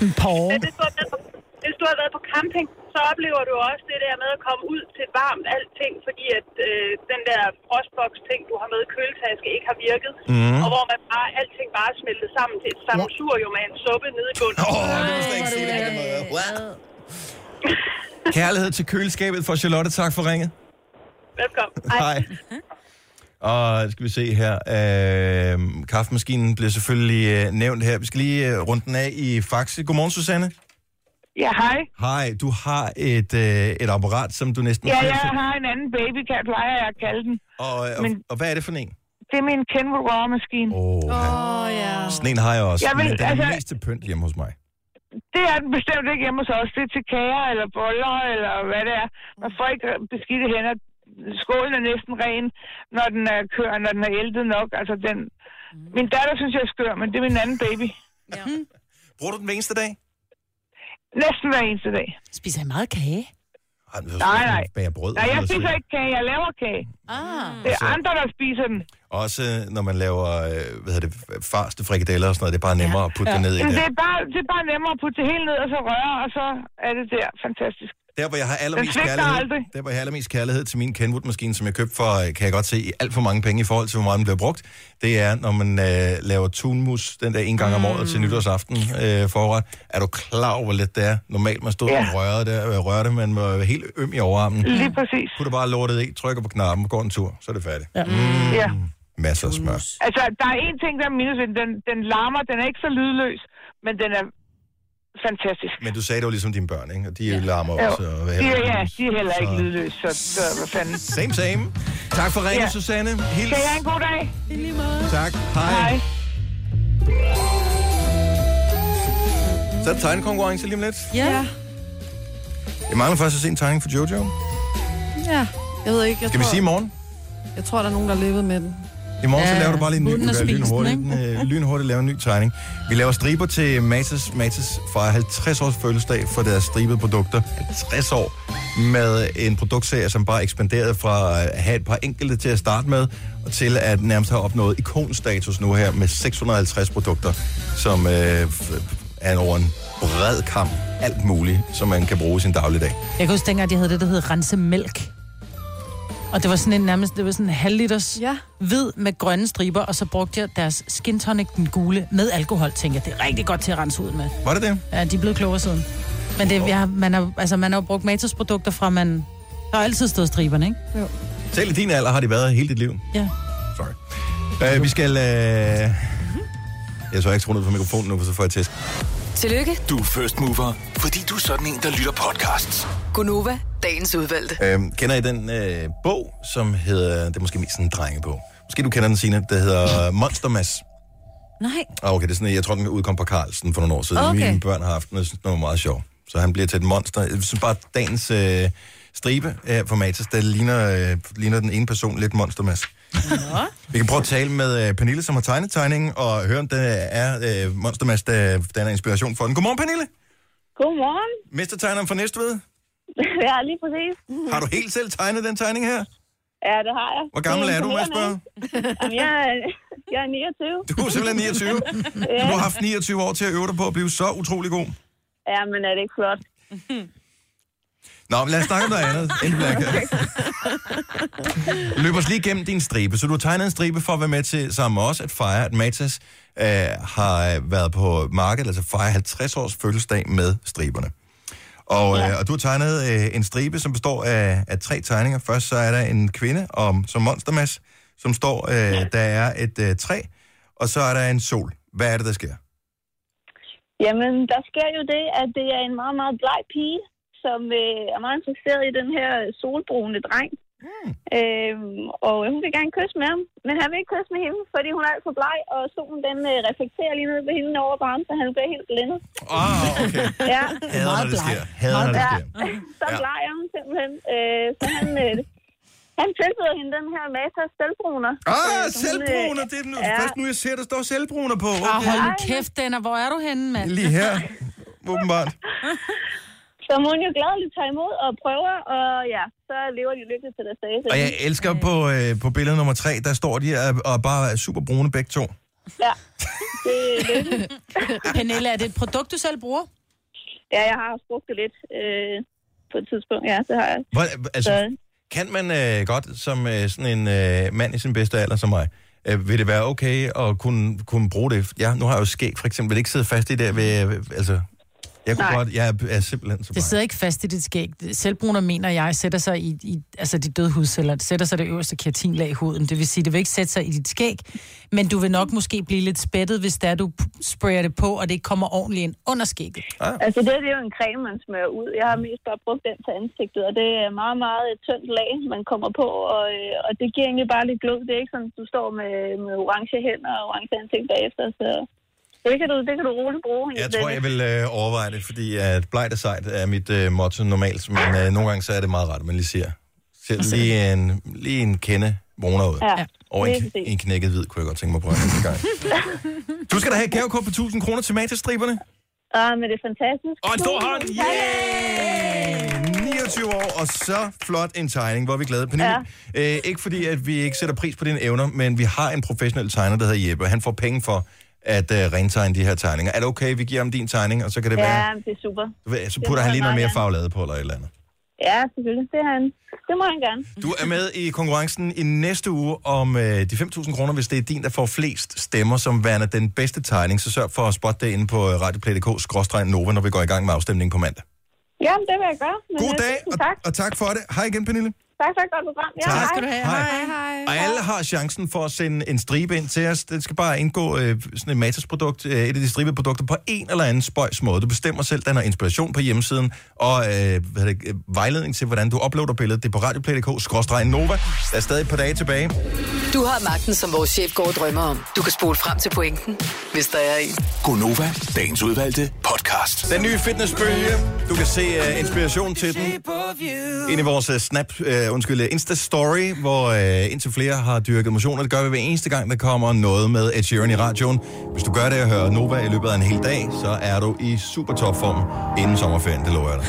En porre.
Men hvis du, har været på, hvis du har været på camping, så oplever du også det der med at komme ud til varmt alting, fordi at øh, den der frostbox-ting, du har med i køletaske, ikke har virket. Mm. Og hvor man bare, alting bare er smeltet sammen til et sammensurium af en suppe nede i bunden.
Åh, oh, det var slet ikke sige det på den måde. Wow. Kærlighed til køleskabet for Charlotte. Tak for ringet.
Velkommen.
Hej. Og skal vi se her. Øh, kaffemaskinen bliver selvfølgelig øh, nævnt her. Vi skal lige øh, runde den af i Faxe. Godmorgen, Susanne.
Ja, hej.
Hej, du har et, øh, et apparat, som du næsten...
Ja,
har
jeg
til.
har en anden babycat, plejer jeg at kalde den.
Og, øh, og,
men-
og hvad er det for en?
Det er min Kenwood Raw-maskine.
Åh, oh,
Åh, oh, ja.
sådan en har jeg også,
Jeg vil-
men den er altså...
altså-
mest til pynt hjemme hos mig.
Det er den bestemt ikke hjemme hos os. Det er til kager eller boller eller hvad det er. Man får ikke beskidte hænder. Skålen er næsten ren, når den er kørt, når den er ældet nok. Altså den... Min datter synes, jeg er skør, men det er min anden baby.
Bruger du den hver eneste dag?
Næsten hver eneste dag.
Spiser jeg meget kage?
Ej, men det er
Nej,
sådan,
nej.
at Bager brød.
Nej, jeg
eller
spiser
sådan.
ikke kage. Jeg laver kage.
Ah.
Det er andre, der spiser den.
Også øh, når man laver, øh, hvad hedder det, farste frikadeller og sådan noget, det er bare nemmere ja. at putte ja. det ned i
Men
der.
det er, bare, det er bare nemmere at putte det hele ned og så røre, og så er det der fantastisk.
Der, hvor jeg har allermest
svigter
kærlighed,
aldrig.
der, hvor jeg har allermest kærlighed til min Kenwood-maskine, som jeg købte for, øh, kan jeg godt se, alt for mange penge i forhold til, hvor meget den bliver brugt, det er, når man øh, laver tunmus den der en gang om året
Mm.
til nytårsaften øh, forret. Er du klar over, hvor let det er? Normalt, man stod
Ja.
og rørede, der, øh, rørte, man var helt øm i overarmen.
Lige præcis.
Putter bare lortet i, trykker på knappen, går en tur, så er det færdigt. Ja.
Ja.
Masser af smør.
Altså, der er en ting, der er minus ved den. den. Den larmer, den er ikke så lydløs, men den er fantastisk.
Men du sagde, det var ligesom dine børn, ikke? Og de ja. larmer
Jo.
også. Og hvad
De,
heller
er-
ikke.
ja, de er heller ikke
Så-
lydløse, så, så hvad fanden.
Same, same. Tak for ringen, ja.
Ja.
Susanne. Hils.
Kan I have en god dag?
Tak. Hej.
Hej.
Så er der tegnekonkurrence lige om lidt.
Ja.
Jeg mangler faktisk at se en tegning for Jojo.
Ja. Jeg ved ikke, jeg
Skal vi
tror,
sige i morgen?
jeg tror, der er nogen, der har levet med den.
I morgen ja, så
Ja,
laver du bare lige en ny.
hunden
Du
har
kan
spist den,
lynhurtigt,
ikke?
øh, lynhurtigt lave en ny tegning. Vi laver striber til Matas. Matas fejrer 50 års fødselsdag for deres stribede produkter. 50 år med en produktserie, som bare ekspanderede fra at have et par enkelte til at starte med, og til at nærmest have opnået ikonstatus nu her med 650 produkter, som øh, f- er over en bred kamp. Alt muligt, som man kan bruge i sin dagligdag.
Jeg kan huske dengang, de havde det, der hed rense mælk. Og det var sådan en nærmest, det var sådan en halv liters
Ja.
hvid med grønne striber, og så brugte jeg deres skin tonic, den gule, med alkohol, tænker jeg. Det er rigtig godt til at rense ud med.
Var det det?
Ja, de er blevet klogere siden. Men det, jeg, har- man, har, altså, man har jo brugt Matas produkter fra, man... Der har altid stået striberne, ikke?
Selv i din alder har det været hele dit liv.
Ja.
Sorry. Øh, vi skal... Øh... Jeg så ikke skrue ned på mikrofonen nu, for så får jeg tæsk.
Tillykke,
Du er first mover, fordi du er sådan en, der lytter podcasts.
Gunova, dagens udvalgte.
Øh, kender I den øh, bog, som hedder... Det er måske mest sådan en drengebog. Måske du kender den, Signe, der hedder Monster Mass.
Nej.
Ah, okay, det er sådan, jeg tror, den udkom på Carlsen for nogle år siden. Okay.
Okay.
Mine børn har haft den, og jeg synes, den var meget sjov. Så han bliver til et monster. Jeg synes bare, dagens øh, stribe øh, for Matas, der ligner, øh, ligner den ene person lidt monster, Mads. Vi kan prøve at tale med øh, Pernille, som har tegnet tegningen, og høre, om der er øh, monster, Mads, der, der er inspiration for den. Godmorgen, Pernille.
Godmorgen.
Mestertegneren fra Næstved.
ja, lige præcis.
Har du helt selv tegnet den tegning her?
Ja, det har jeg.
Hvor gammel
Det
er du, må jeg
imponerende,
spørge?
ikke? Jamen, jeg, er- jeg er 29.
Du er simpelthen 29. Du har haft 29 år til at øve dig på at blive så utrolig god.
Ja, men er det ikke flot?
Nå, men lad os snakke om noget andet. End Black Løb os lige igennem din stribe. Så du har tegnet en stribe for at være med til sammen med os at fejre, at Matas øh, har været på markedet, altså fejre 50 års fødselsdag med striberne. Og, øh, og du har tegnet øh, en stribe, som består af, af tre tegninger. Først så er der en kvinde om, som monstermas, som står, øh, der er et øh, træ, og så er der en sol. Hvad er det, der sker?
Jamen, der sker jo det, at det er en meget, meget bleg pige, som øh, er meget interesseret i den her solbrune dreng.
Hmm.
Mm. Øhm, og hun vil gerne kysse med ham, men han vil ikke kysse med hende, fordi hun er alt for bleg, og solen den øh, reflekterer lige ned på hende over barnet, så han bliver helt blændet.
Åh, oh, okay.
Ja,
Hader, når det sker. Hader, når det sker.
så
Ja.
ja. bleg er hun simpelthen. Øh, så han, øh, han tilbyder hende den her masse af selvbruner.
Ah,
Øh, så hun, øh,
selvbruner, det er den
Ja.
først nu, jeg ser, der står selvbruner på.
Og
Okay.
hold nu kæft, Denner, hvor er du henne, mand?
Lige her, åbenbart.
Så må hun jo gladeligt tage imod og prøver, og ja, så lever de lykkeligt til deres dage.
Og jeg elsker på, øh, på billede nummer tre, der står de og, og bare er super brune begge to.
Ja, det er det.
Pernille, er det et produkt, du selv bruger?
Ja, jeg har også brugt det lidt øh, på et tidspunkt, ja, det har jeg.
Hvor,
Så,
altså, kan man øh, godt, som øh, sådan en øh, mand i sin bedste alder som mig, øh, vil det være okay at kunne, kunne bruge det? Ja, nu har jeg jo skæg, for eksempel. Vil det ikke sidde fast i det? Ved, øh, altså, jeg kunne
Nej.
godt, jeg er, er simpelthen så
Det
bleg.
sidder ikke fast i dit skæg. Selvbruner, mener jeg, sætter sig i, i altså de døde hudceller, det sætter sig det øverste keratinlag i huden. Det vil sige, det vil ikke sætte sig i dit skæg, men du vil nok måske blive lidt spættet, hvis der du p- sprayer det på, og det ikke kommer ordentligt ind under skægget.
altså, det, her, det er jo en creme, man smører ud. Jeg har mest bare brugt den til ansigtet, og det er meget, meget et tyndt lag, man kommer på, og, øh, og det giver egentlig bare lidt glød. Det er ikke sådan, at du står med, med orange hænder og orange ansigt bagefter, så det kan du, det kan du roligt bruge.
Jeg tror, jeg vil øh, overveje det, fordi at blejt og sejt er mit øh, motto normalt, men øh, nogle gange så er det meget rart, at man lige siger. Selv lige en, lige en kende vågner ud.
Ja,
Og
lige
en,
præcis.
en knækket hvid, kunne jeg godt tænke mig at prøve en gang. Du skal da have et gavekort på 1000 kroner til matestriberne.
Ah, men det er fantastisk.
Og en stor hånd!
Tusind tak.
Yeah! 29 år, og så flot en tegning, hvor er vi glade. Pernille, ja. øh, ikke fordi, at vi ikke sætter pris på dine evner, men vi har en professionel tegner, der hedder Jeppe, og han får penge for at øh, rentegne de her tegninger. Er det okay, vi giver ham din tegning, og så kan det
Ja,
være...
men det er super.
Hvad- Så
Det
putter
må
han
jeg
lige noget
meget
mere
gerne.
farvelade på, eller et eller andet.
Ja, selvfølgelig. Det er han. Det må han gerne.
Du er med i konkurrencen i næste uge om øh, de 5.000 kroner, hvis det er din, der får flest stemmer som værende den bedste tegning. Så sørg for at spotte det inde på øh, radioplay.dk-nova, når vi går i gang med afstemningen på mandag.
Jamen, det vil jeg gøre. Men,
God
øh,
dag,
tusind
og,
Tak.
og tak for det. Hej igen, Pernille.
Tak for et godt program. Ja,
Tak.
hej.
Skal du have?
Hej.
Hej. Hej.
Hej.
Og alle har chancen for at sende en stribe ind til os. Den skal bare indgå øh, sådan et matasprodukt, øh, et af de stribeprodukter på en eller anden spøjs måde. Du bestemmer selv, den har inspiration på hjemmesiden, og øh, hvad hedder det, øh, vejledning til, hvordan du uploader billedet. Det er på radioplay.dk-nova. Der er stadig et par dage tilbage.
Du har magten, som vores chef går og drømmer om. Du kan spole frem til pointen, hvis der er en.
Gonova, dagens udvalgte podcast.
Den nye fitnessbølge. Du kan se uh, inspiration til den ind i vores uh, snap, uh, undskyld, øh, Insta-story, hvor uh, indtil flere har dyrket motion, og det gør vi hver eneste gang, der kommer noget med Ed Sheeran i radioen. Hvis du gør det og hører Nova i løbet af en hel dag, så er du i super topform inden sommerferien, det lover jeg dig.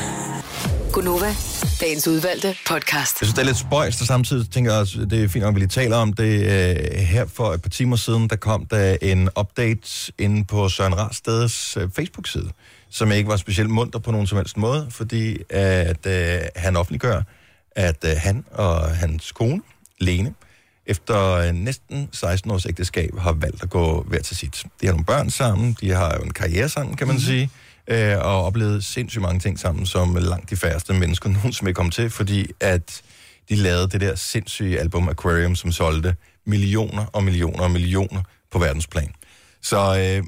Gonova, dagens udvalgte podcast.
Jeg synes, det er lidt spøjst, og samtidig tænker jeg også, det er fint, at vi lige taler om det. Øh, her for et par timer siden, der kom der en update inde på Søren Rasteds øh, Facebook-side, som ikke var specielt munter på nogen som helst måde, fordi at øh, han offentliggør, at øh, han og hans kone, Lene, efter øh, næsten 16 års ægteskab, har valgt at gå hver til sit. De har nogle børn sammen, de har jo en karriere sammen, kan man mm. sige, øh, og oplevet sindssygt mange ting sammen, som langt de færreste mennesker nogensinde vil komme til, fordi at de lavede det der sindssyge album Aquarium, som solgte millioner og millioner og millioner på verdensplan. Så, øh,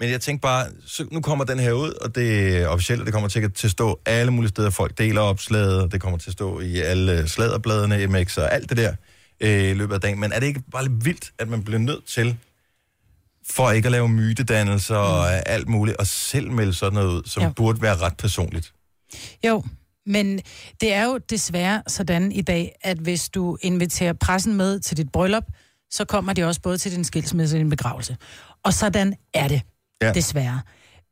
men jeg tænkte bare, så nu kommer den her ud, og det er officielt, og det kommer sikkert til at stå alle mulige steder. Folk deler opslaget, og det kommer til at stå i alle sladderbladene, MX og alt det der øh, i løbet af dagen. Men er det ikke bare lidt vildt, at man bliver nødt til, for ikke at lave mytedannelser mm. og alt muligt, og selv melde sådan noget ud, som ja.
Ja.
burde være ret personligt?
Jo, men det er jo desværre sådan i dag, at hvis du inviterer pressen med til dit bryllup, så kommer de også både til din skilsmisse og din begravelse. Og sådan er det,
Ja.
ja. desværre.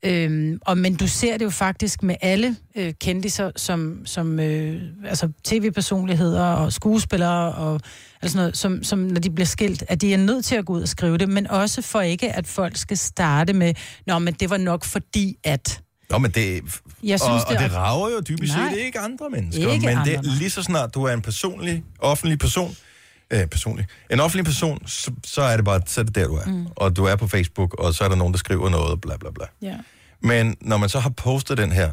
Øhm, og, men du ser det jo faktisk med alle øh, kendtiser, som, som øh, altså tv-personligheder og skuespillere og altså noget, som, som, når de bliver skilt, at de er nødt til at gå ud og skrive det, men også for ikke, at folk skal starte med, nå, men det var nok fordi, at...
Nå, men det,
Jeg synes,
og, og
det er-
det rager jo dybest
Nej.
set ikke andre mennesker.
Ikke
men det,
andre, nej.
lige så snart du er en personlig, offentlig person, øh, personlig, en offentlig person, så, så er det bare, så er det der, du er. Mm. Og du er på Facebook, og så er der nogen, der skriver noget, bla bla bla.
Ja.
Men når man så har postet den her,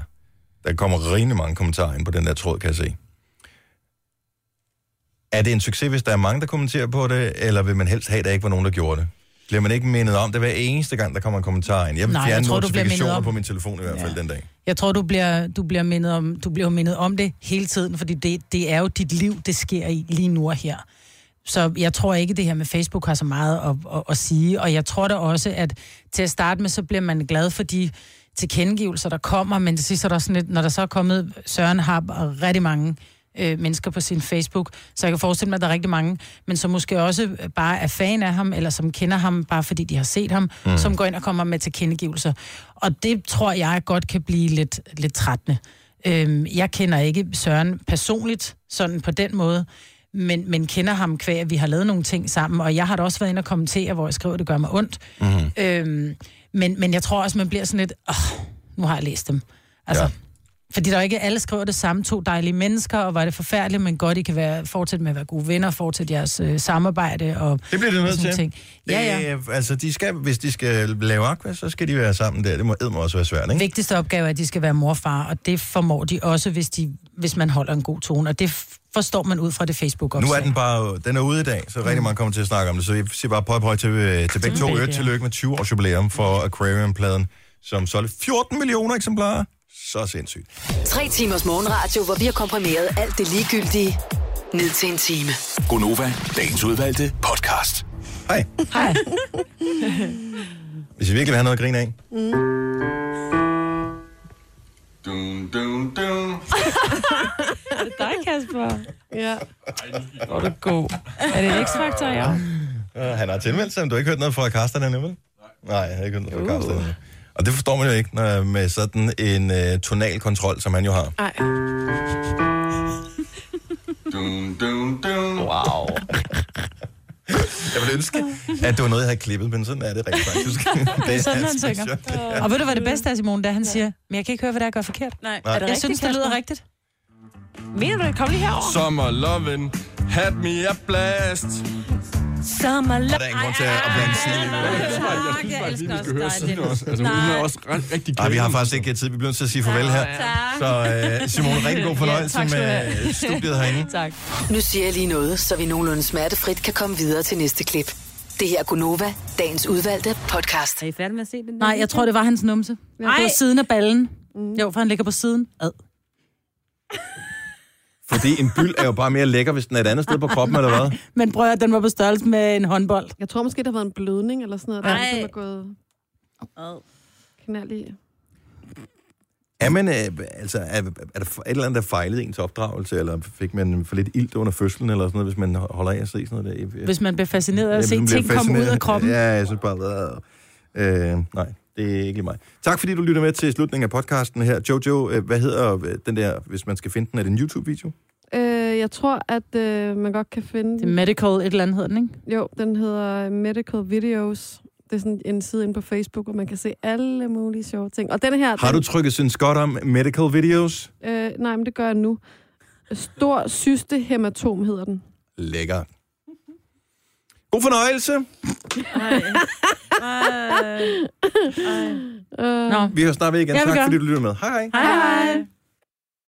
der kommer rigtig mange kommentarer ind på den der tråd, kan jeg se. Er det en succes, hvis der er mange, der kommenterer på det, eller vil man helst have, at der ikke var nogen, der gjorde det? Bliver man ikke mindet om det hver eneste gang, der kommer en kommentar ind? Jeg vil
Nej, jeg
fjerne
tror, du bliver mindet
notifikationer
om-
på min telefon i hvert fald ja. den dag.
Jeg tror, du bliver, du bliver, mindet om, du bliver mindet om det hele tiden, fordi det, det er jo dit liv, det sker i lige nu og her. Så jeg tror ikke, det her med Facebook har så meget at, at, at sige, og jeg tror da også, at til at starte med, så bliver man glad for de tilkendegivelser, der kommer, men det sidste er der sådan lidt, når der så er kommet, Søren har rigtig mange øh, mennesker på sin Facebook, så jeg kan forestille mig, at der er rigtig mange, men som måske også bare er fan af ham, eller som kender ham, bare fordi de har set ham, mm. som går ind og kommer med tilkendegivelser. Og det tror jeg godt kan blive lidt, lidt trættende. Øhm, jeg kender ikke Søren personligt, sådan på den måde, men, men kender ham kvæg, at vi har lavet nogle ting sammen, og jeg har da også været inde og kommentere, hvor jeg skriver, at det gør mig ondt.
Mhm.
Mm-hmm. Øhm, men, men jeg tror også, man bliver sådan lidt, åh, nu har jeg læst dem. Altså,
Ja.
ja. Fordi der er ikke alle skriver det samme, to dejlige mennesker, og var det forfærdeligt, men godt, I kan være, fortsætte med at være gode venner, fortsætte jeres øh, samarbejde. Og,
Det bliver de nødt
og sådan
til.
Ting. Ja, ja.
Det, er- altså, de skal, hvis de skal lave aqua, så skal de være sammen der. Det må edme også være svært, ikke?
Vigtigste opgave er, at de skal være mor og far, og det formår de også, hvis, de, hvis man holder en god tone. Og det f- forstår man ud fra det facebook
Nu
opslag
er den bare, den er ude i dag, så
Mm.
rigtig mange kommer til at snakke om det. Så jeg siger bare pøj, pøj til, øh, til begge to.
Begge,
Øvrigt
ja.
tillykke med 20 års jubilæum for Aquarium-pladen, som solgte 14 millioner eksemplarer. Så sindssygt.
Tre timers morgenradio, hvor vi har komprimeret alt det ligegyldige ned til en time.
Gonova, dagens udvalgte podcast.
Hej.
Hej.
Hvis I virkelig vil have noget at grine af.
Dum, dum, dum.
Dig, Kasper.
Ja.
Hvor er du god. Er det X-Factor, ja?
Øh, han har tilmeldt sig, men du har ikke hørt noget fra Karsten endnu, vel? Nej, Uh. jeg har ikke hørt noget fra Karsten endnu. Og det forstår man jo ikke når, med sådan en øh, tonal kontrol, som han jo har.
Ej.
Dum, dum, dum.
Wow. jeg ville ønske, at det var noget, jeg havde klippet, men sådan er det rigtig faktisk. det er
sådan, han
altså
synger.
sjovt.
Og ved du, hvad det bedste er, Simon, da han siger, men jeg kan ikke høre, hvad der gør forkert.
Nej,
Nej.
er det
Jeg synes, det lyder rigtigt.
Mener du det? Kom lige herover.
Summer lovin', had me a blast.
Summer
Der
love.
er ingen grund til at blande sådan en.
Jeg elsker også dig,
Sine
Dennis.
også.
also
Altså, hun er også ret, rigtig
Nej, vi har
glad.
faktisk ikke tid. Vi bliver nødt til at sige farvel her.
Tak.
Så øh, Simone, rigtig god fornøjelse
Ja, tak skal du
med øh, studiet herinde.
Tak.
Nu siger jeg lige noget, så vi nogenlunde smertefrit kan komme videre til næste klip. Det her er Gunova, dagens udvalgte podcast.
Er I færdige med at se den?
Nej, jeg tror, det var hans numse. Nej. På siden af ballen.
Mm.
Jo, for han ligger på siden. Ad.
Fordi en byld er jo bare mere lækker, hvis den er et andet sted på kroppen, eller hvad?
Men prøv at høre, den var på størrelse med en håndbold.
Jeg tror måske, der har været en blødning eller sådan noget, der
Ej.
ligesom er gået knald i.
Er, man, øh, altså, er, er der et eller andet, der fejlede ens opdragelse, eller fik man for lidt ilt under fødslen, eller sådan noget, hvis man holder af at se sådan noget? Der?
Hvis man bliver fascineret af at
Jeg
se
bliver
ting komme ud af
fascineret.
kroppen.
Ja, jeg synes bare, øh, øh, nej, det er ikke lige mig. Tak fordi du lytter med til slutningen af podcasten her. Jojo, øh, hvad hedder øh, den der, hvis man skal finde den, er det en YouTube-video?
Øh, jeg tror, at øh, man godt kan finde...
Det er medical et eller andet, hedder den, ikke?
Jo, den hedder Medical Videos. Det er sådan en side inde på Facebook, hvor man kan se alle mulige sjove ting. Og den her...
Har du
den,
trykket sådan godt om medical videos?
øh, nej, men det gør jeg nu. Stor syste hematom hedder den.
Lækker. God fornøjelse.
Øh,
Nå.
Vi hører snart ved igen.
Ja, vi
tak
gør.
Øh,
fordi du lytter med. Hej hej.
Hej, hej.